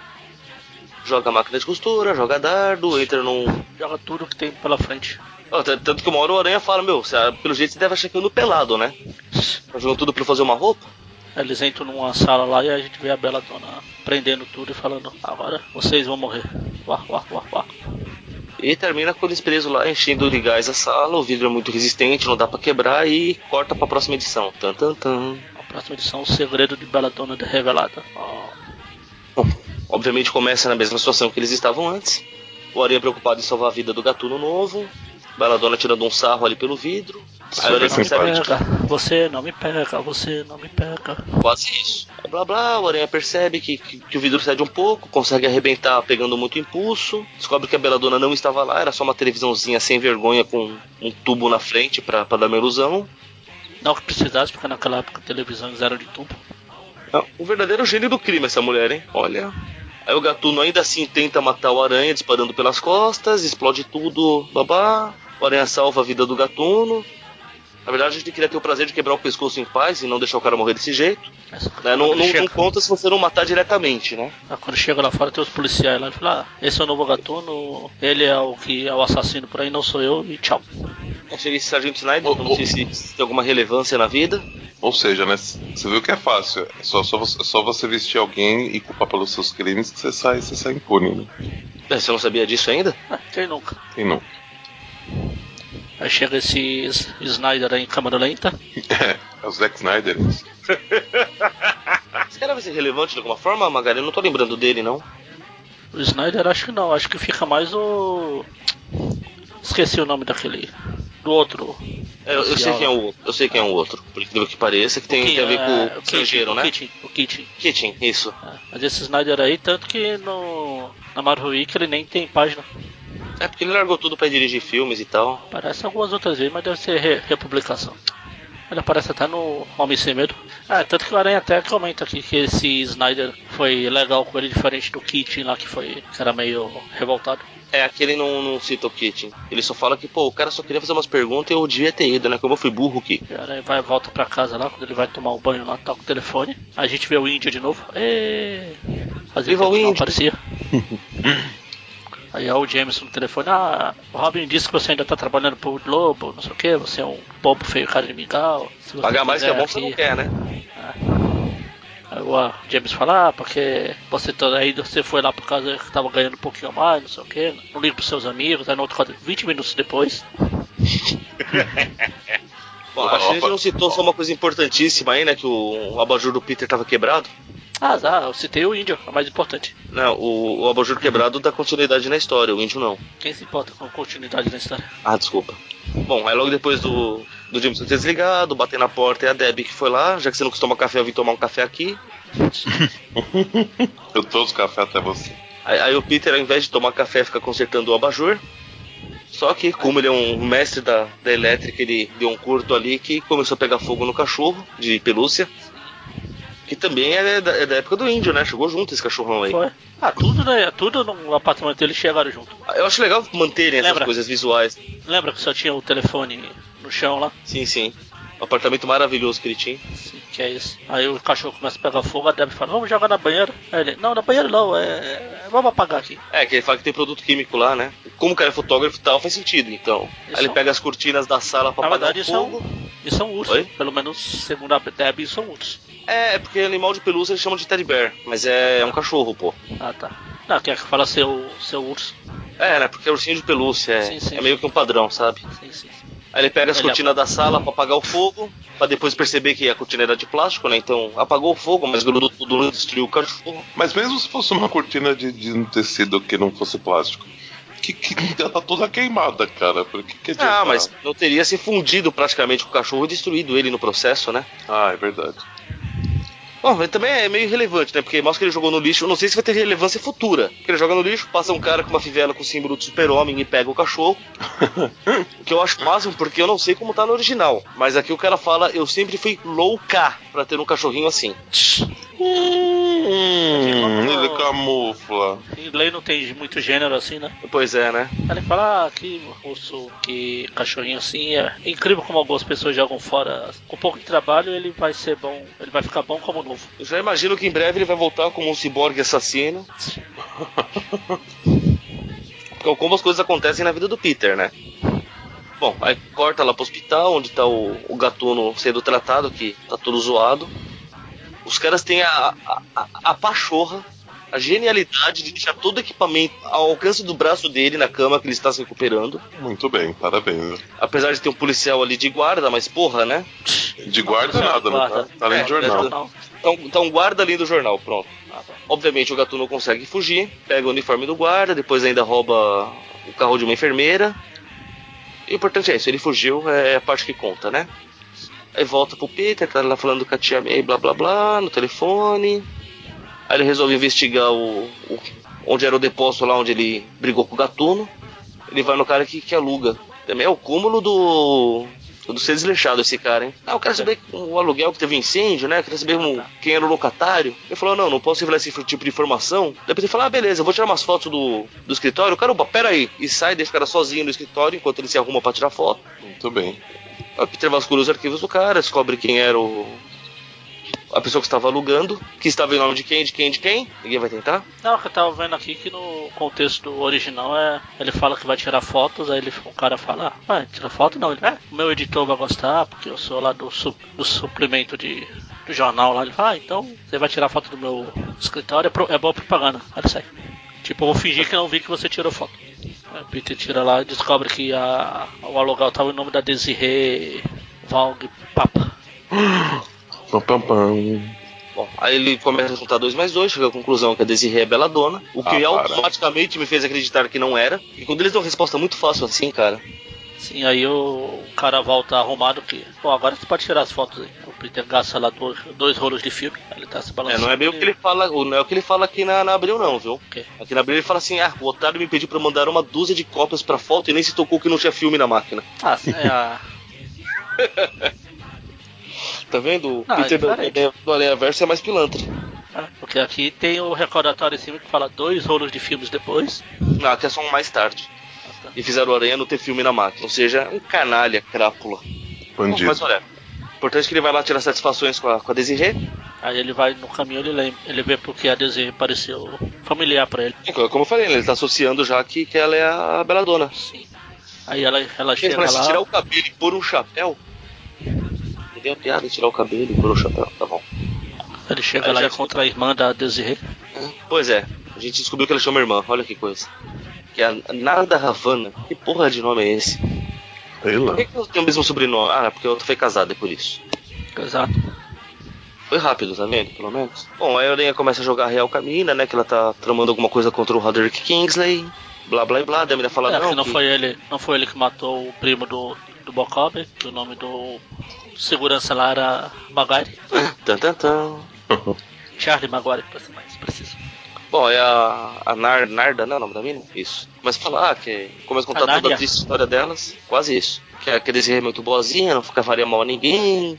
A: Joga a máquina de costura, joga dardo, entra num.
B: Joga tudo que tem pela frente.
A: Ó, t- Tanto que uma hora o aranha fala: Meu, você- ah, pelo jeito você deve achar que eu ando pelado, né? Tá jogando tudo pra eu fazer uma roupa?
B: Eles entram numa sala lá e a gente vê a Bela Dona prendendo tudo e falando: Agora vocês vão morrer. Uá, uá, uá, uá.
A: E termina com eles presos lá, enchendo de gás a sala. O vidro é muito resistente, não dá pra quebrar. E corta pra próxima edição. Tan, tan, tan.
B: Na próxima edição, o segredo de Bela Dona é revelado. Ó,
A: Bom, obviamente começa na mesma situação que eles estavam antes. O Aranha preocupado em salvar a vida do gatuno novo. Baladona tirando um sarro ali pelo vidro. Aí o Aranha
B: não
C: Super
B: me
A: percebe
B: pega,
A: que
B: você não me pega, você não me pega.
A: quase isso. Aí Blá blá, o Aranha percebe que, que, que o vidro cede um pouco, consegue arrebentar pegando muito impulso. Descobre que a Beladona não estava lá, era só uma televisãozinha sem vergonha com um tubo na frente pra, pra dar uma ilusão.
B: Não que precisasse, porque naquela época televisões eram de tubo.
A: Ah, Um verdadeiro gênio do crime essa mulher, hein? Olha. Aí o gatuno ainda assim tenta matar o aranha disparando pelas costas, explode tudo, babá. O aranha salva a vida do gatuno. Na verdade, a gente queria ter o prazer de quebrar o pescoço em paz e não deixar o cara morrer desse jeito.
B: Essa-
A: Né? Não,
B: quando
A: não- não
B: chega-
A: conta se você não matar diretamente, né?
B: Ah, Quando chega lá fora, tem os policiais lá e fala: ah, esse é o novo gatuno, ele é o que é o assassino por aí, não sou eu, e tchau.
A: Achei esse Sargento Snyder,
C: Ô,
A: não
C: ô.
A: sei se, se tem alguma relevância na vida.
C: Ou seja, né? c- Você viu que é fácil. É só, só, você, é só você vestir alguém e culpar pelos seus crimes que você sai, você sai impune, né?
A: É, Você não sabia disso ainda?
B: Ah, quem nunca?
C: Quem não?
B: Aí chega esse S- Snyder aí em câmera lenta.
C: É, é o Zack Snyder.
A: Ah, Esse cara vai ser relevante de alguma forma, Magari? Eu não tô lembrando dele, não.
B: O Snyder acho que não, acho que fica mais o. Esqueci o nome daquele. Do outro.
A: É, eu, eu sei quem é o outro. Eu sei quem é o outro. Por incrível que pareça, que tem, tem a ver
B: é,
A: com o estrangeiro,
B: o
A: né?
B: Kitchen, o Kitchen.
A: Kitchen, isso.
B: É, Mas esse Snyder aí, tanto que no, na Marvel Week ele nem tem página.
A: É porque ele largou tudo pra dirigir filmes e tal.
B: Aparece algumas outras vezes, mas deve ser re- republicação. Ele aparece até no Homem Sem Medo. É, tanto que o Aranha até comenta aqui que esse Snyder foi legal com ele, diferente do Kitchen lá, que foi que era meio revoltado.
A: É, aqui ele não, não cita o Kitchen. Ele só fala que, pô, o cara só queria fazer umas perguntas e eu devia ter ido, né? Como eu fui burro aqui.
B: E o Aranha vai volta pra casa lá, quando ele vai tomar o banho lá, toca o telefone. A gente vê o índio de novo. Ê! Fazia
A: Viva
B: tempo
A: o
B: que não
A: índio!
B: aparecia. Aí ó, o James no telefone, ah, o Robin disse que você ainda tá trabalhando pro Globo, não sei o que, você é um bobo feio, cara de mingau. Se você
A: Pagar mais que é
B: quiser
A: bom, você
B: aqui-
A: não quer, né?
B: Aí o James fala, ah, porque você tá aí, você foi lá por causa que tava ganhando um pouquinho a mais, não sei o que, não liga pros seus amigos, aí no outro quadro, 20 minutos depois,
A: Bom, acho que a gente não citou só uma coisa importantíssima aí, né? Que o, o abajur do Peter tava quebrado.
B: ah, azar, eu citei o índio, é o mais importante.
A: Não, o, o abajur quebrado dá continuidade na história, o índio não.
B: Quem se importa com continuidade na história?
A: Ah, desculpa. Bom, aí logo depois do, do Jameson ter desligado, bater na porta, é a Debbie que foi lá, já que você não costuma café, eu vim tomar um café aqui.
C: Eu trouxe café até você.
A: Aí, aí o Peter, ao invés de tomar café, fica consertando o abajur. Só que, como ele é um mestre da, da elétrica, ele deu um curto ali que começou a pegar fogo no cachorro de pelúcia. Que também é da, é da época do índio, né? Chegou junto esse cachorrão aí.
B: Foi. Ah, tudo, né? Tudo no apartamento deles chegaram junto.
A: Eu acho legal manterem essas
B: Lembra?
A: coisas visuais.
B: Lembra que só tinha o telefone no chão lá?
A: Sim, sim. Um apartamento maravilhoso que ele tinha.
B: Sim, que é isso. Aí o cachorro começa a pegar fogo, a Debbie fala, vamos jogar na banheira. Aí ele, não, na banheira não, é... é- vamos apagar aqui.
A: É, que ele fala que tem produto químico lá, né? Como o cara é fotógrafo e tal, faz sentido, então.
B: Isso.
A: Aí ele pega as cortinas da sala pra
B: Na
A: apagar
B: verdade,
A: o
B: isso é um,
A: fogo.
B: isso é um urso.
A: Oi?
B: Pelo menos, segundo a Debbie, isso é um urso.
A: É, é porque animal de pelúcia eles chamam de teddy bear, mas é, é um cachorro, pô.
B: Ah, tá. Não, quem é que fala seu, seu urso?
A: É, né? Porque é ursinho de pelúcia, é,
B: Sim, sim.
A: é meio que um padrão, sabe?
B: Sim, sim. sim.
A: Aí ele pega as
B: Ele
A: cortinas da sala pra apagar o fogo, pra depois perceber que a cortina era de plástico, né? Então apagou o fogo, mas grudou tudo no destruiu o cachorro.
C: Mas mesmo se fosse uma cortina de, de um tecido que não fosse plástico, que, que ela tá toda queimada, cara. Por que, que
A: Ah,
C: adianta?
A: mas não teria se fundido praticamente com o cachorro e destruído ele no processo, né?
C: Ah, é verdade.
A: Bom, ele também é meio irrelevante, né? Porque mostra que ele jogou no lixo. Eu não sei se vai ter relevância futura. Porque ele joga no lixo, passa um cara com uma fivela com o símbolo do super-homem e pega o cachorro. o que eu acho máximo, porque eu não sei como tá no original. Mas aqui o cara fala, eu sempre fui louca pra ter um cachorrinho assim.
C: Hum,
B: como-
C: ele camufla.
B: Em inglês não tem muito gênero assim, né?
A: Pois é, né?
B: Aí Ele fala ah, que urso, que cachorrinho assim. É incrível como algumas pessoas jogam fora. Com pouco de trabalho, ele vai ser bom. Ele vai ficar bom como novo.
A: Eu já imagino que em breve ele vai voltar como um ciborgue assassino. Então, como as coisas acontecem na vida do Peter, né? Bom, aí corta lá pro hospital, onde tá o, o gatuno sendo tratado, que tá todo zoado. Os caras têm a, a, a, a pachorra, a genialidade de deixar todo o equipamento ao alcance do braço dele na cama que ele está se recuperando.
C: Muito bem, parabéns.
A: Apesar de ter um policial ali de guarda, mas porra, né?
C: De guarda nada, não tá, tá
A: É,
C: lendo jornal.
A: jornal. Então, então guarda ali do jornal, pronto.
B: Ah, tá.
A: Obviamente o gatuno consegue fugir, pega o uniforme do guarda, depois ainda rouba o carro de uma enfermeira. E o importante é isso, ele fugiu, é a parte que conta, né? Aí volta pro Peter, tá lá falando com a tia May, blá blá blá, no telefone. Aí ele resolve investigar o, o- onde era o depósito lá onde ele brigou com o gatuno. Ele vai no cara que, que aluga. Também é o cúmulo do. do ser desleixado esse cara, hein? Ah, eu quero saber o aluguel que teve incêndio, né? Eu quero saber um- quem era o locatário. Ele falou: não, não posso revelar esse tipo de informação. Depois ele falou: ah, beleza, eu vou tirar umas fotos do, do escritório. O cara, opa, pera aí. E sai, deixa o cara sozinho no escritório enquanto ele se arruma pra tirar foto.
C: Muito bem.
A: O Peter vasculha os arquivos do cara, descobre quem era o. A pessoa que estava alugando, que estava em nome de quem, de quem, de quem. Ninguém vai tentar.
B: Não, que eu tava vendo aqui é que no contexto original é. Ele fala que vai tirar fotos, aí ele, o cara fala, ah, vai tirar foto não, ele, é, o meu editor vai gostar, porque eu sou lá do, su- do suplemento de, do jornal lá, ele fala, ah, então você vai tirar foto do meu escritório, é, pro, é boa propaganda, aí ele sai. Tipo, eu vou fingir que não vi que você tirou foto. É, O Peter tira lá e descobre que a, o aluguel tava em nome da Desiree Valg Papa.
C: Pam, pam, pam.
A: Bom, aí ele começa a juntar dois mais dois, chega à conclusão que a Desirê é bela dona, o que
C: Ah, para.
A: automaticamente me fez acreditar que não era. E quando eles dão resposta muito fácil assim, cara,
B: Sim, aí o, o cara volta arrumado que. Bom, agora você pode tirar as fotos aí. O Peter gasta lá dois, dois rolos de filme, ele tá se
A: é,
B: balançando.
A: não é bem o que ele fala, o- não é o que ele fala aqui na, na Abril, não, viu?
B: Ok.
A: Aqui na Abril ele fala assim, ah, o Otário me pediu pra mandar uma dúzia de cópias pra foto e nem se tocou que não tinha filme na máquina.
B: Ah, é a.
A: Tá vendo? O
B: Ah,
A: Peter do,
B: diferente.
A: do, do Aranha Verso é mais pilantra.
B: Ah, Porque aqui tem o recordatório em cima que fala dois rolos de filmes depois.
A: Ah, que é só um mais tarde. E fizeram o Aranha não ter filme na máquina. Ou seja, um canalha, crápula.
C: Bandido.
A: Mas olha, importante que ele vai lá tirar satisfações com a, com a Desirê.
B: Aí ele vai no caminho, ele lembra, ele vê porque a Desiree pareceu familiar pra ele.
A: É, Como eu falei, né, ele tá associando já que, que ela é a Bela Dona.
B: Sim. Aí ela, ela
A: Gente,
B: chega
A: mas se tirar
B: lá.
A: o cabelo e pôr um chapéu. Entendeu? Piada, tirar o cabelo e pôr um chapéu, tá bom.
B: Ele chega
A: Aí
B: lá
A: já
B: e encontra a irmã da Desiree.
A: Pois é, a gente descobriu que ela chama irmã, olha que coisa. Que é a Nada Ravana. Que porra de nome é esse?
C: Sei lá.
A: Por que, que eu tenho o mesmo sobrenome? Ah, porque a outra foi casada, é por isso.
B: Exato.
A: Foi rápido, tá vendo? Pelo menos. Bom, aí a Aranha começa a jogar a real com a mina, né? Que ela tá tramando alguma coisa contra o Roderick Kingsley. Blá blá e blá. Daí a mina fala,
B: É,
A: não,
B: que não
A: que-
B: foi ele, não foi ele que matou o primo do, do Bokob, que o nome do segurança lá era Maguire.
A: Tan, tan, tan.
B: Charlie Maguire, pra ser mais preciso.
A: Bom, é a, a Nar- Narda, né? O nome da mina? Isso. Começa a falar que. Começa a contar
B: A Narnia.
A: toda a triste história delas. Quase isso. Que a Desirê é muito boazinha, não fica faria mal a ninguém.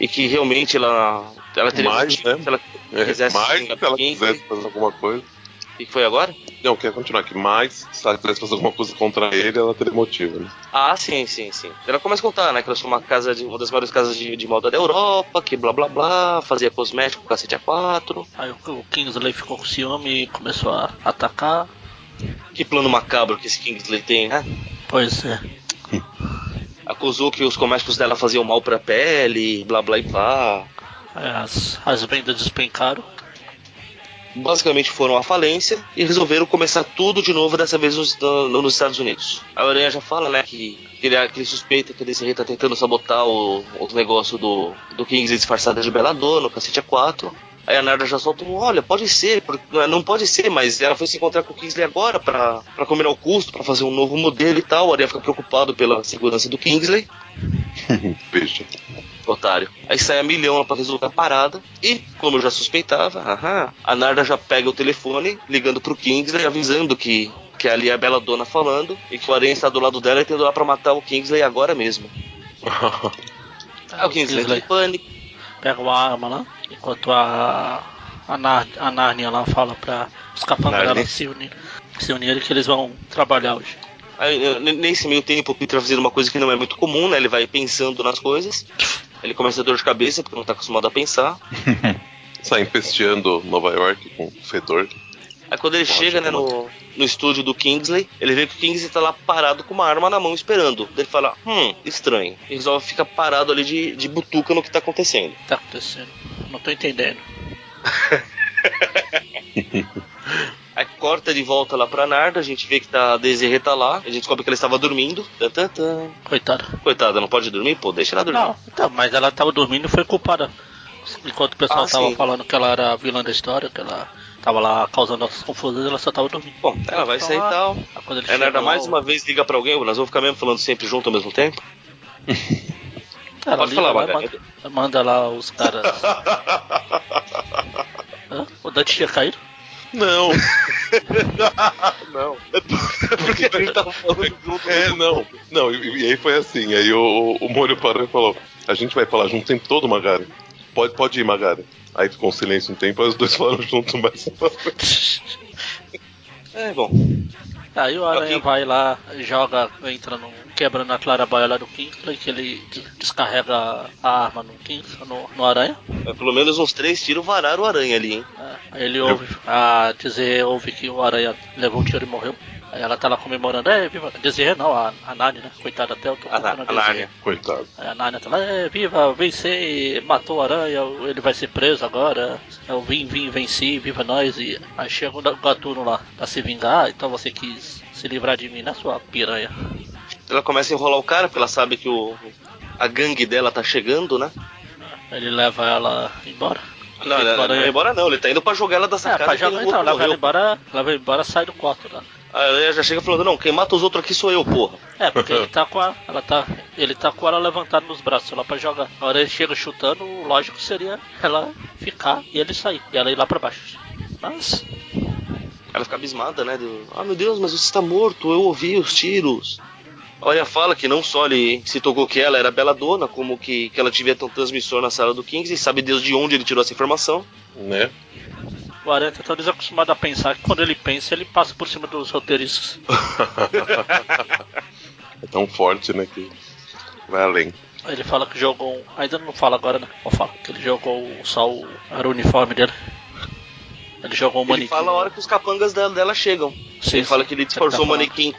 A: E que realmente ela. Ela teria
C: Mais,
A: motivo
C: né?
A: se ela
C: É,
A: quisesse
C: mais se
A: xingar
C: ela
A: alguém.
C: quisesse fazer alguma coisa.
A: E que foi agora?
C: Não, quer continuar aqui. Mas se ela quisesse fazer alguma coisa contra ele, ela teria motivo, né?
A: Ah, sim, sim, sim. Ela começa a contar, né? Que ela sou uma casa de uma das maiores casas de, de moda da Europa, que blá blá blá, fazia cosmético, cacete a quatro.
B: Aí o, o Kingsley ficou com ciúme e começou a atacar.
A: Que plano macabro que esse Kingsley tem, né?
B: Pois é.
A: Acusou que os comércios dela faziam mal pra pele, blá blá e blá.
B: Aí As, as vendas despencaram.
A: Basicamente foram à falência e resolveram começar tudo de novo, dessa vez nos, no- nos Estados Unidos. A Aranha já fala, né, que que ele, que ele suspeita que a Desirê tá tentando sabotar o, o negócio do, do Kingsley disfarçada de Belladonna, o cacete a 4. Aí a Narda já solta um, olha, pode ser, por- não é- não pode ser, mas ela foi se encontrar com o Kingsley agora pra, pra combinar o custo, pra fazer um novo modelo e tal. A Aranha fica preocupado pela segurança do Kingsley
C: Bicho.
A: otário. Aí sai a milhão lá pra resolver a parada. E, como eu já suspeitava, aham, a Narda já pega o telefone, ligando pro Kingsley, avisando que, que ali é a Bela Dona falando e que o Aranha está do lado dela e tendo lá pra matar o Kingsley agora mesmo. Ah, o Kingsley entra em pânico.
B: pega uma arma lá, enquanto a, a, Nar, a Narnia lá fala pra os
C: Narnia.
B: capangas se unirem, se unirem que eles vão trabalhar hoje.
A: Aí, eh, n- nesse meio tempo, o Peter fazendo uma coisa que não é muito comum, né? Ele vai pensando nas coisas. Ele começa a ter dor de cabeça, porque não tá acostumado a pensar.
C: Sai empesteando Nova York com fedor.
A: Aí quando ele chega, né, no, no estúdio do Kingsley, ele vê que o Kingsley tá lá parado com uma arma na mão esperando. Daí Ele fala, hum, estranho. E resolve ficar parado ali de, de butuca no que tá acontecendo.
B: Tá acontecendo? Não tô entendendo.
A: Aí corta de volta lá pra Narda, a gente vê que tá, a Desirê tá lá, a gente descobre que ela estava dormindo. Tan, tan, tan.
B: Coitada.
A: Coitada, não pode dormir? Pô, deixa ela dormir.
B: Não, então, mas ela tava dormindo e foi culpada. Enquanto o pessoal
A: Ah,
B: tava
A: sim.
B: falando que ela era a vilã da história, que ela tava lá causando essas confusões, ela só tava dormindo.
A: Bom, ela vai sair e tal.
B: Aí Ah, Quando ele
A: A Narda
B: chega
A: mais
B: lá,
A: uma vez liga pra alguém, nós vamos ficar mesmo falando sempre junto ao mesmo tempo.
B: ela
A: Pode
B: liga
A: falar,
B: lá e
A: Magalhães.
B: manda, manda lá os caras. Hã? O Dante tinha caído?
C: Não. não.
A: Porque a gente tava falando junto.
C: É, não. Não, e, e aí foi assim. Aí o, o Molho parou e falou: A gente vai falar junto o tempo todo, Magari. Pode, pode ir, Magari. Aí ficou um silêncio um tempo, aí os dois falaram junto, mas.
A: É, bom. é,
B: Aí o Aranha
A: Ok.
B: vai lá, joga, entra no quebrando a clarabóia lá do Kingsley, que ele des- descarrega a- a arma no Kingsley, no, no aranha.
A: É, Pelo menos uns três tiros vararam o aranha ali, hein?
B: né? Aí ele ouve a dizer, ouve que o aranha levou o tiro e morreu. Aí ela tá lá comemorando, é, viva, dizer não, a, a Nani, né? Coitada até, eu tô
A: A Na-
B: colocando
A: a
B: Desirê.
A: Narnia.
C: Coitado.
B: Aí a Narnia tá lá, é, viva, venci, matou o aranha, ele vai ser preso agora. É Eu vim, vim, venci, viva nós. E aí chega o gatuno lá pra se vingar, então você quis se livrar de mim, né, sua piranha?
A: Ela começa a enrolar o cara, porque ela sabe que o, a gangue dela tá chegando, né?
B: Ele leva ela embora.
A: Não,
B: Ele
A: não,
B: fala,
A: não,
B: é,
A: embora não, ele tá indo pra jogar ela da
B: É,
A: sacada.
B: pra
A: que
B: jogar,
A: o
B: então,
A: outro
B: leva ela
A: morreu.
B: embora, leva ela embora, sai do quarto né? lá.
A: A aranha já chega falando, não, quem mata os outros aqui sou eu, porra.
B: É, porque ele tá com a, ela tá, ele tá com ela levantada nos braços lá pra jogar. Na hora ele chega chutando, o lógico seria ela ficar e ele sair, e ela ir lá pra baixo. Mas,
A: Ela fica abismada, né? do, ah, meu Deus, mas você está morto, eu ouvi os tiros. Olha, fala que não só ele se tocou que ela era bela dona, como que, que ela devia ter um transmissor na sala do Kings, e sabe Deus de onde ele tirou essa informação.
C: Né?
B: o Aranha tá tão desacostumado a pensar que quando ele pensa, ele passa por cima dos roteiristas.
C: É tão forte, né? Que vai além.
B: Aí Ele fala que jogou, um- ainda não fala agora, né? Vou falar, que ele jogou só o, era o uniforme dele. Ele jogou o
A: Ele
B: manequim.
A: fala a hora que os capangas dela, dela chegam.
B: Sim,
A: ele fala
B: sim,
A: que ele
B: você
A: disfarçou
B: tá
A: o manequim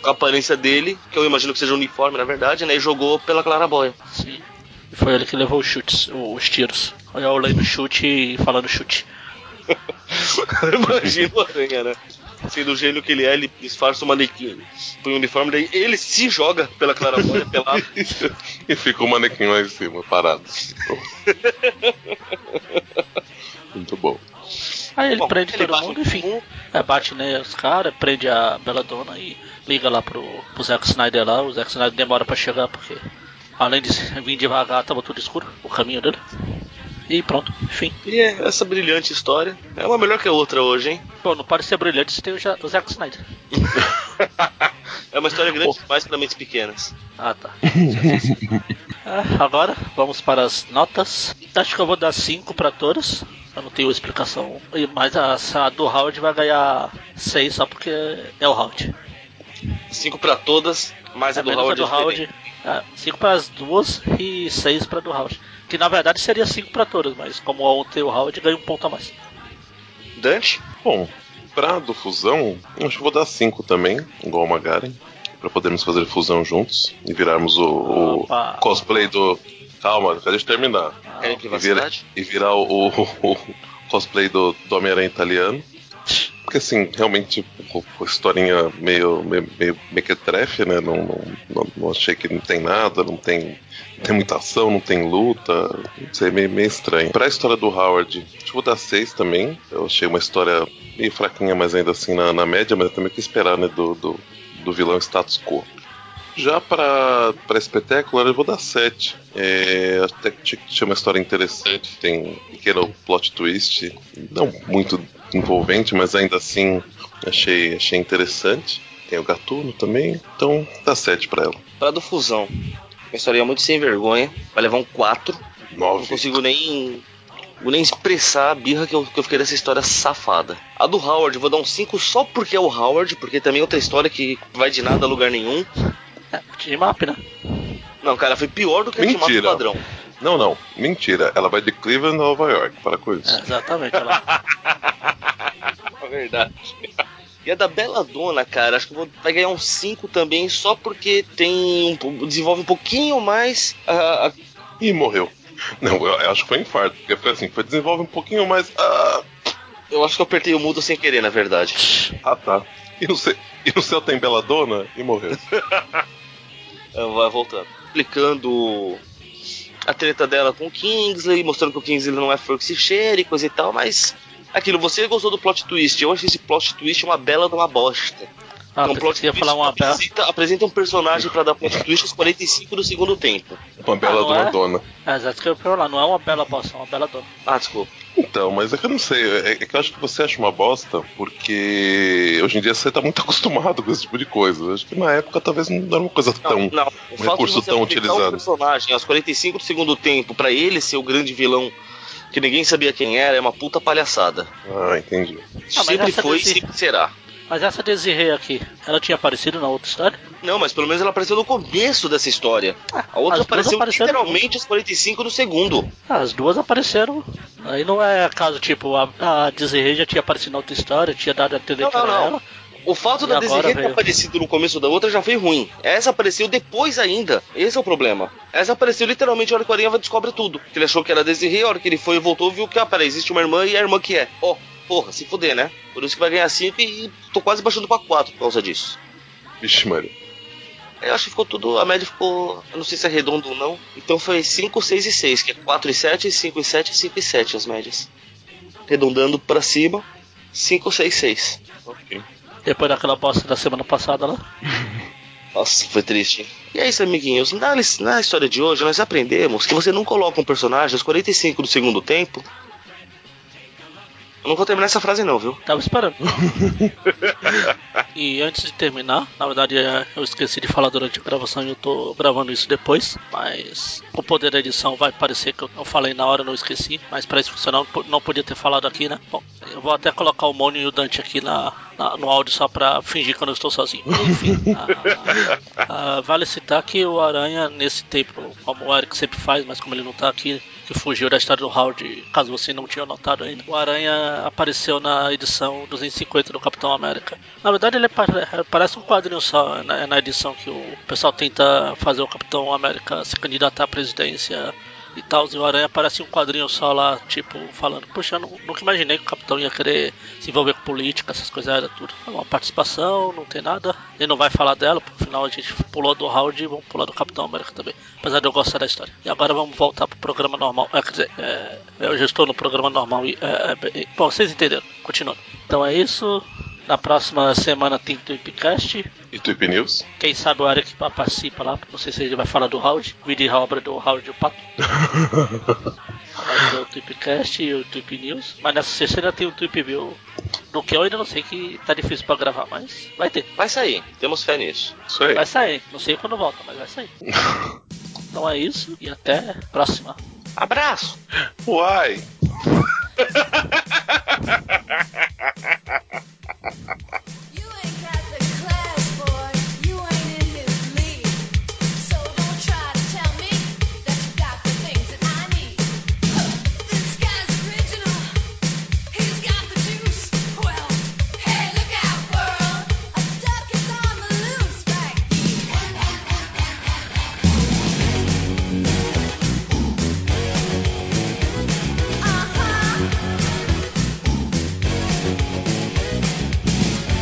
A: com a aparência dele, que eu imagino que seja um uniforme, na verdade, né? E jogou pela claraboia.
B: Sim. E Foi ele que levou os chutes, o- os tiros. Olha o lei do chute e falando chute.
A: Imagina o Aranha, né? Sendo o gênio que ele é, ele disfarça o manequim. Põe o uniforme, daí ele se joga pela claraboia, pelado.
C: e fica o manequim lá em cima, parado. Muito bom.
B: Aí ele
A: Bom,
B: prende
A: ele um
B: todo
A: bate
B: mundo,
A: em todo
B: enfim.
A: mundo.
B: É, bate né, os caras, prende a Belladonna e liga lá pro, pro Zack Snyder lá. O Zack Snyder demora pra chegar porque, além de vir devagar, tava tudo escuro o caminho dele. E pronto, enfim.
A: E é essa brilhante história. É uma melhor que a outra hoje, hein?
B: Bom, não pode ser brilhante se tem o, Ja- o Zack Snyder.
A: É uma história grande demais para mentes pequenas.
B: Ah, tá. Ah, agora vamos para as notas. Acho que eu vou dar 5 para todas. Eu não tenho explicação. E- Mas a, a do round vai ganhar 6 só porque é o round.
A: Cinco para todas, mais a do
B: menos
A: Howard.
B: a
A: é
B: do round.
A: diferente.
B: 5 Ah, para as duas e 6 para do round. Que na verdade seria 5 para todas, mas como ontem o round ganha um ponto a mais.
A: Dante?
C: Bom, pra do fusão, acho que vou dar 5 também, igual o Magaren, pra podermos fazer fusão juntos e virarmos o, o
B: Opa.
C: cosplay do. Calma, cadê de terminar?
A: É em
C: E, vira-
A: privacidade?
C: e virar o, o- o cosplay do, do Homem-Aranha italiano. Porque assim, realmente, tipo, uma historinha meio, meio, meio mequetrefe, né? Não, não, não- não achei que não tem nada, não tem, não tem muita ação, não tem luta. Não sei, meio, meio estranho. Pra história do Howard, tipo, dar seis também. Eu achei uma história meio fraquinha, mas ainda assim na, na média, mas também o que esperar, né? Do, do, do vilão status quo. Já pra, pra espetáculo, eu vou dar 7. É, até que tinha- tinha uma história interessante, tem um pequeno plot twist, não muito envolvente, mas ainda assim achei, achei interessante. Tem o gatuno também, então dá 7 pra ela.
A: Pra do Fusão. Uma história muito sem vergonha. Vai levar um 4. Não
C: 9.
A: consigo nem. nem expressar a birra que eu, que eu fiquei dessa história safada. A do Howard, eu vou dar um 5 só porque é o Howard, porque também é outra história que vai de nada a lugar nenhum.
B: É, de map, né?
A: Não, cara, foi pior do que a Ultimato
C: Mentira.
A: Padrão.
C: Não, não, mentira. Ela vai de Cleveland a Nova York, para com
B: É,
C: isso.
B: exatamente. olha lá.
A: É verdade. E a da Bela Dona, cara, acho que eu vou, vai ganhar um 5 também, só porque tem um, po- desenvolve um pouquinho mais a, a-
C: E morreu. Não, eu, eu acho que foi um infarto, porque foi assim, foi desenvolve um pouquinho mais. Ah,
A: Eu acho que eu apertei o mudo sem querer, na verdade.
C: ah tá. E no, céu, e no céu tem Belladonna e morreu.
A: Ah, Vai voltando. Explicando a treta dela com o Kingsley, mostrando que o Kingsley não é flor que se cheira e coisa e tal, mas. Aquilo, você gostou do plot twist, eu achei esse plot twist uma bela de uma bosta.
B: Ah,
A: um
B: pensei
A: plot
B: que ia falar
A: twist
B: uma
A: que
B: bela.
A: apresenta, apresenta um personagem pra dar plot twist aos 45 do segundo tempo.
C: Uma bela
B: Ah, não é?
C: Madonna.
B: É, exato que eu ia falar, não é uma bela bossa, é uma bela dona.
A: Ah, desculpa.
C: Então, mas é que eu não sei. É, é que eu acho que você acha uma bosta, porque hoje em dia você tá muito acostumado com esse tipo de coisa. Eu acho que na época talvez não era uma coisa
A: Não,
C: tão.
A: não. O fato
C: recurso
A: de você
C: tão
A: aplicar
C: utilizado.
A: Um personagem aos 45 do segundo tempo, pra ele ser o grande vilão que ninguém sabia quem era, é uma puta palhaçada.
C: Ah, entendi.
B: mas
A: sempre
B: essa
A: foi e
B: desse-
A: sempre será.
B: Mas essa Desirê aqui, ela tinha aparecido na outra história?
A: Não, mas pelo menos ela apareceu no começo dessa história.
B: Ah,
A: A outra
B: as duas
A: apareceu
B: apareceram
A: literalmente aos 45 do segundo.
B: Ah, as duas apareceram. Aí não é caso tipo, a, a Desirê já tinha aparecido na outra história, tinha dado a TV
A: Não,
B: pra
A: não, não.
B: ela.
A: O fato
B: E
A: da
B: agora
A: Desirê ter
B: veio.
A: aparecido no começo da outra já foi ruim. Essa apareceu depois ainda. Esse é o problema. Essa apareceu literalmente a hora que o Ariava descobre tudo. Que ele achou que era Desirê, a hora que ele foi e voltou, viu que, ah, peraí, existe uma irmã e a irmã que é. Ó, porra, se fuder, né? Por isso que vai ganhar 5 e tô quase baixando pra 4 por causa disso.
C: Vixe, mano.
A: Eu acho que ficou tudo. A média ficou. Eu não sei se é redondo ou não. Então foi 5, 6 e 6, que é 4 e 7, 5 e 7, 5 e 7 as médias. Redondando pra cima, 5, 6, 6.
C: Ok.
B: Depois daquela bosta da semana passada lá.
A: Nossa, foi triste. hein? E é isso, amiguinhos. Na, lic- na história de hoje, nós aprendemos que você não coloca um personagem aos 45 do segundo tempo. Eu não vou terminar essa frase, não, viu?
B: Tava esperando. e antes de terminar, na verdade é, eu esqueci de falar durante a gravação e eu tô gravando isso depois, mas o poder da edição vai parecer que eu não falei na hora, eu não esqueci, mas pra isso funcionar eu po- não podia ter falado aqui, né? Bom, eu vou até colocar o Mônio e o Dante aqui na, na- no áudio só pra fingir que eu não estou sozinho. Enfim, ah, ah, vale citar que o Aranha, nesse tempo, como o Eric sempre faz, mas como ele não tá aqui, que fugiu da história do Howard, caso você não tinha notado ainda. O Aranha apareceu na edição 250 do Capitão América. Na verdade, ele apare- parece um quadrinho só, né, na edição que o pessoal tenta fazer o Capitão América se candidatar à presidência e tal. E o Aranha aparece em um quadrinho só lá, tipo, falando: Poxa, eu nu- nunca imaginei que o Capitão ia querer se envolver com política, essas coisas, era tudo. É uma participação, não tem nada. Ele não vai falar dela, porque afinal a gente pulou do round e vamos pular do Capitão América também. Apesar de eu gostar da história. E agora vamos voltar pro programa normal. É, quer dizer, é, eu já estou no programa normal. E, é, é, bem- bom, vocês entenderam. Continuando. Então é isso. Na próxima semana tem Tweepcast.
C: E Tweep News?
B: Quem sabe o Eric participa lá. Não sei se ele vai falar do round. Vire a obra do round e o pato. Mas é o Tweepcast e o Tweep News. Mas nessa sexta ainda tem o Tweep View. Do que eu ainda não sei que tá difícil pra gravar, mas vai ter.
A: Vai sair, temos fé nisso.
C: Isso aí.
B: Vai sair. Não sei quando volta, mas vai sair. Então é isso. E até a próxima.
A: Abraço!
C: Uai!
F: You ain't got the class, boy. You ain't in his league. So don't try to tell me that you got the things that I need. This guy's original. He's got the juice. Well, hey, look out, world. A duck is on the loose right Uh-huh. Uh huh.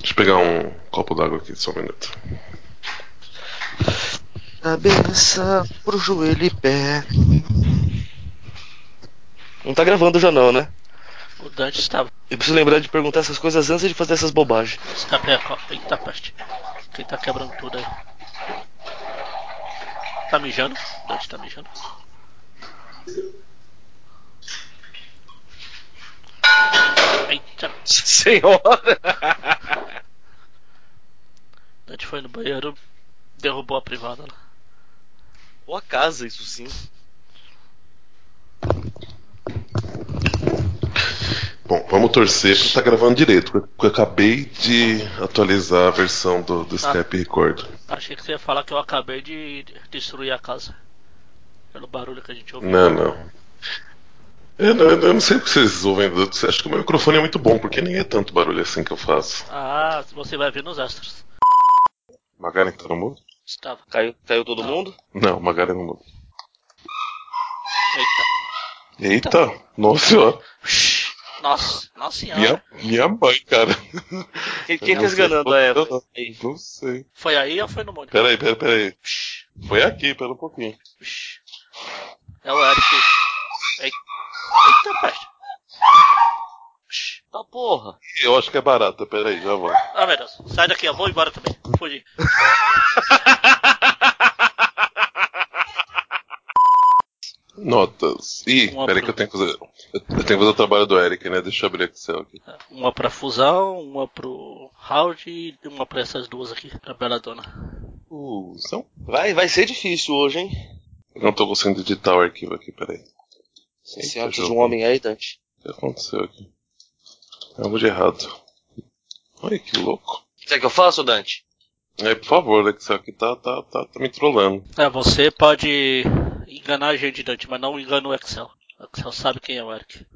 C: Deixa eu pegar um copo d'água aqui, só um minuto.
A: Cabeça pro joelho e pé. Não tá gravando já não, né?
B: O Dante está.
A: Eu preciso lembrar de perguntar essas coisas antes de fazer essas bobagens.
B: está preco- Eita peste. Quem tá quebrando tudo aí? Tá mijando? O Dante tá mijando. Eita,
A: Senhora!
B: o Dante foi no banheiro, derrubou a privada lá.
A: Boa casa, isso sim.
C: Bom, vamos torcer porque tá gravando direito. porque Eu acabei de atualizar a versão do, do Snap Record.
B: Achei que você ia falar que eu acabei de destruir a casa. Pelo barulho que a gente ouviu.
C: Não, não. Eu não, eu não sei o que vocês ouvem. Eu acho que o meu microfone é muito bom, porque nem é tanto barulho assim que eu faço.
B: Ah, você vai ver nos astros.
C: Magari tá no mudo?
B: Estava.
A: Caiu, caiu todo mundo?
C: Não, Magari não mudo.
B: Eita.
C: Eita, nossa senhora.
B: Nossa, nossa senhora.
C: Minha, minha mãe, cara.
A: Quem, quem tá
C: Não sei.
A: esganando a Eva? Aí.
C: Não sei.
B: Foi aí ou foi no monte?
C: Peraí, peraí, peraí. Foi aqui, pera um pouquinho.
B: É o Eric. Ei- Eita, peste.
A: Tá porra!
C: Eu acho que é barata, peraí, já vou.
B: Ah, meu Deus. Sai daqui, eu vou embora também. Fugir.
C: Notas. Ih,
B: Uma
C: peraí que eu tenho que fazer. Eu tenho que fazer o trabalho do Eric, né? Deixa eu abrir aqui céu aqui.
B: Uma pra fusão, uma pro round e uma pra essas duas aqui, pra Bela Dona.
C: Uh, são?
A: Vai, vai ser difícil hoje, hein?
C: Eu não tô conseguindo editar o arquivo aqui, peraí.
A: Esse
C: Eita,
A: hábito de
C: jogo.
A: um homem aí, Dante.
C: O que aconteceu aqui? É algo de errado. Olha que louco.
A: Sabe o que eu faço, Dante?
C: É, por favor, Excel aqui tá, tá, tá, tá me trolando.
B: É, você pode
C: Ah,
B: enganar a gente, Dante, mas não engana o Excel. O Excel sabe quem é o Eric.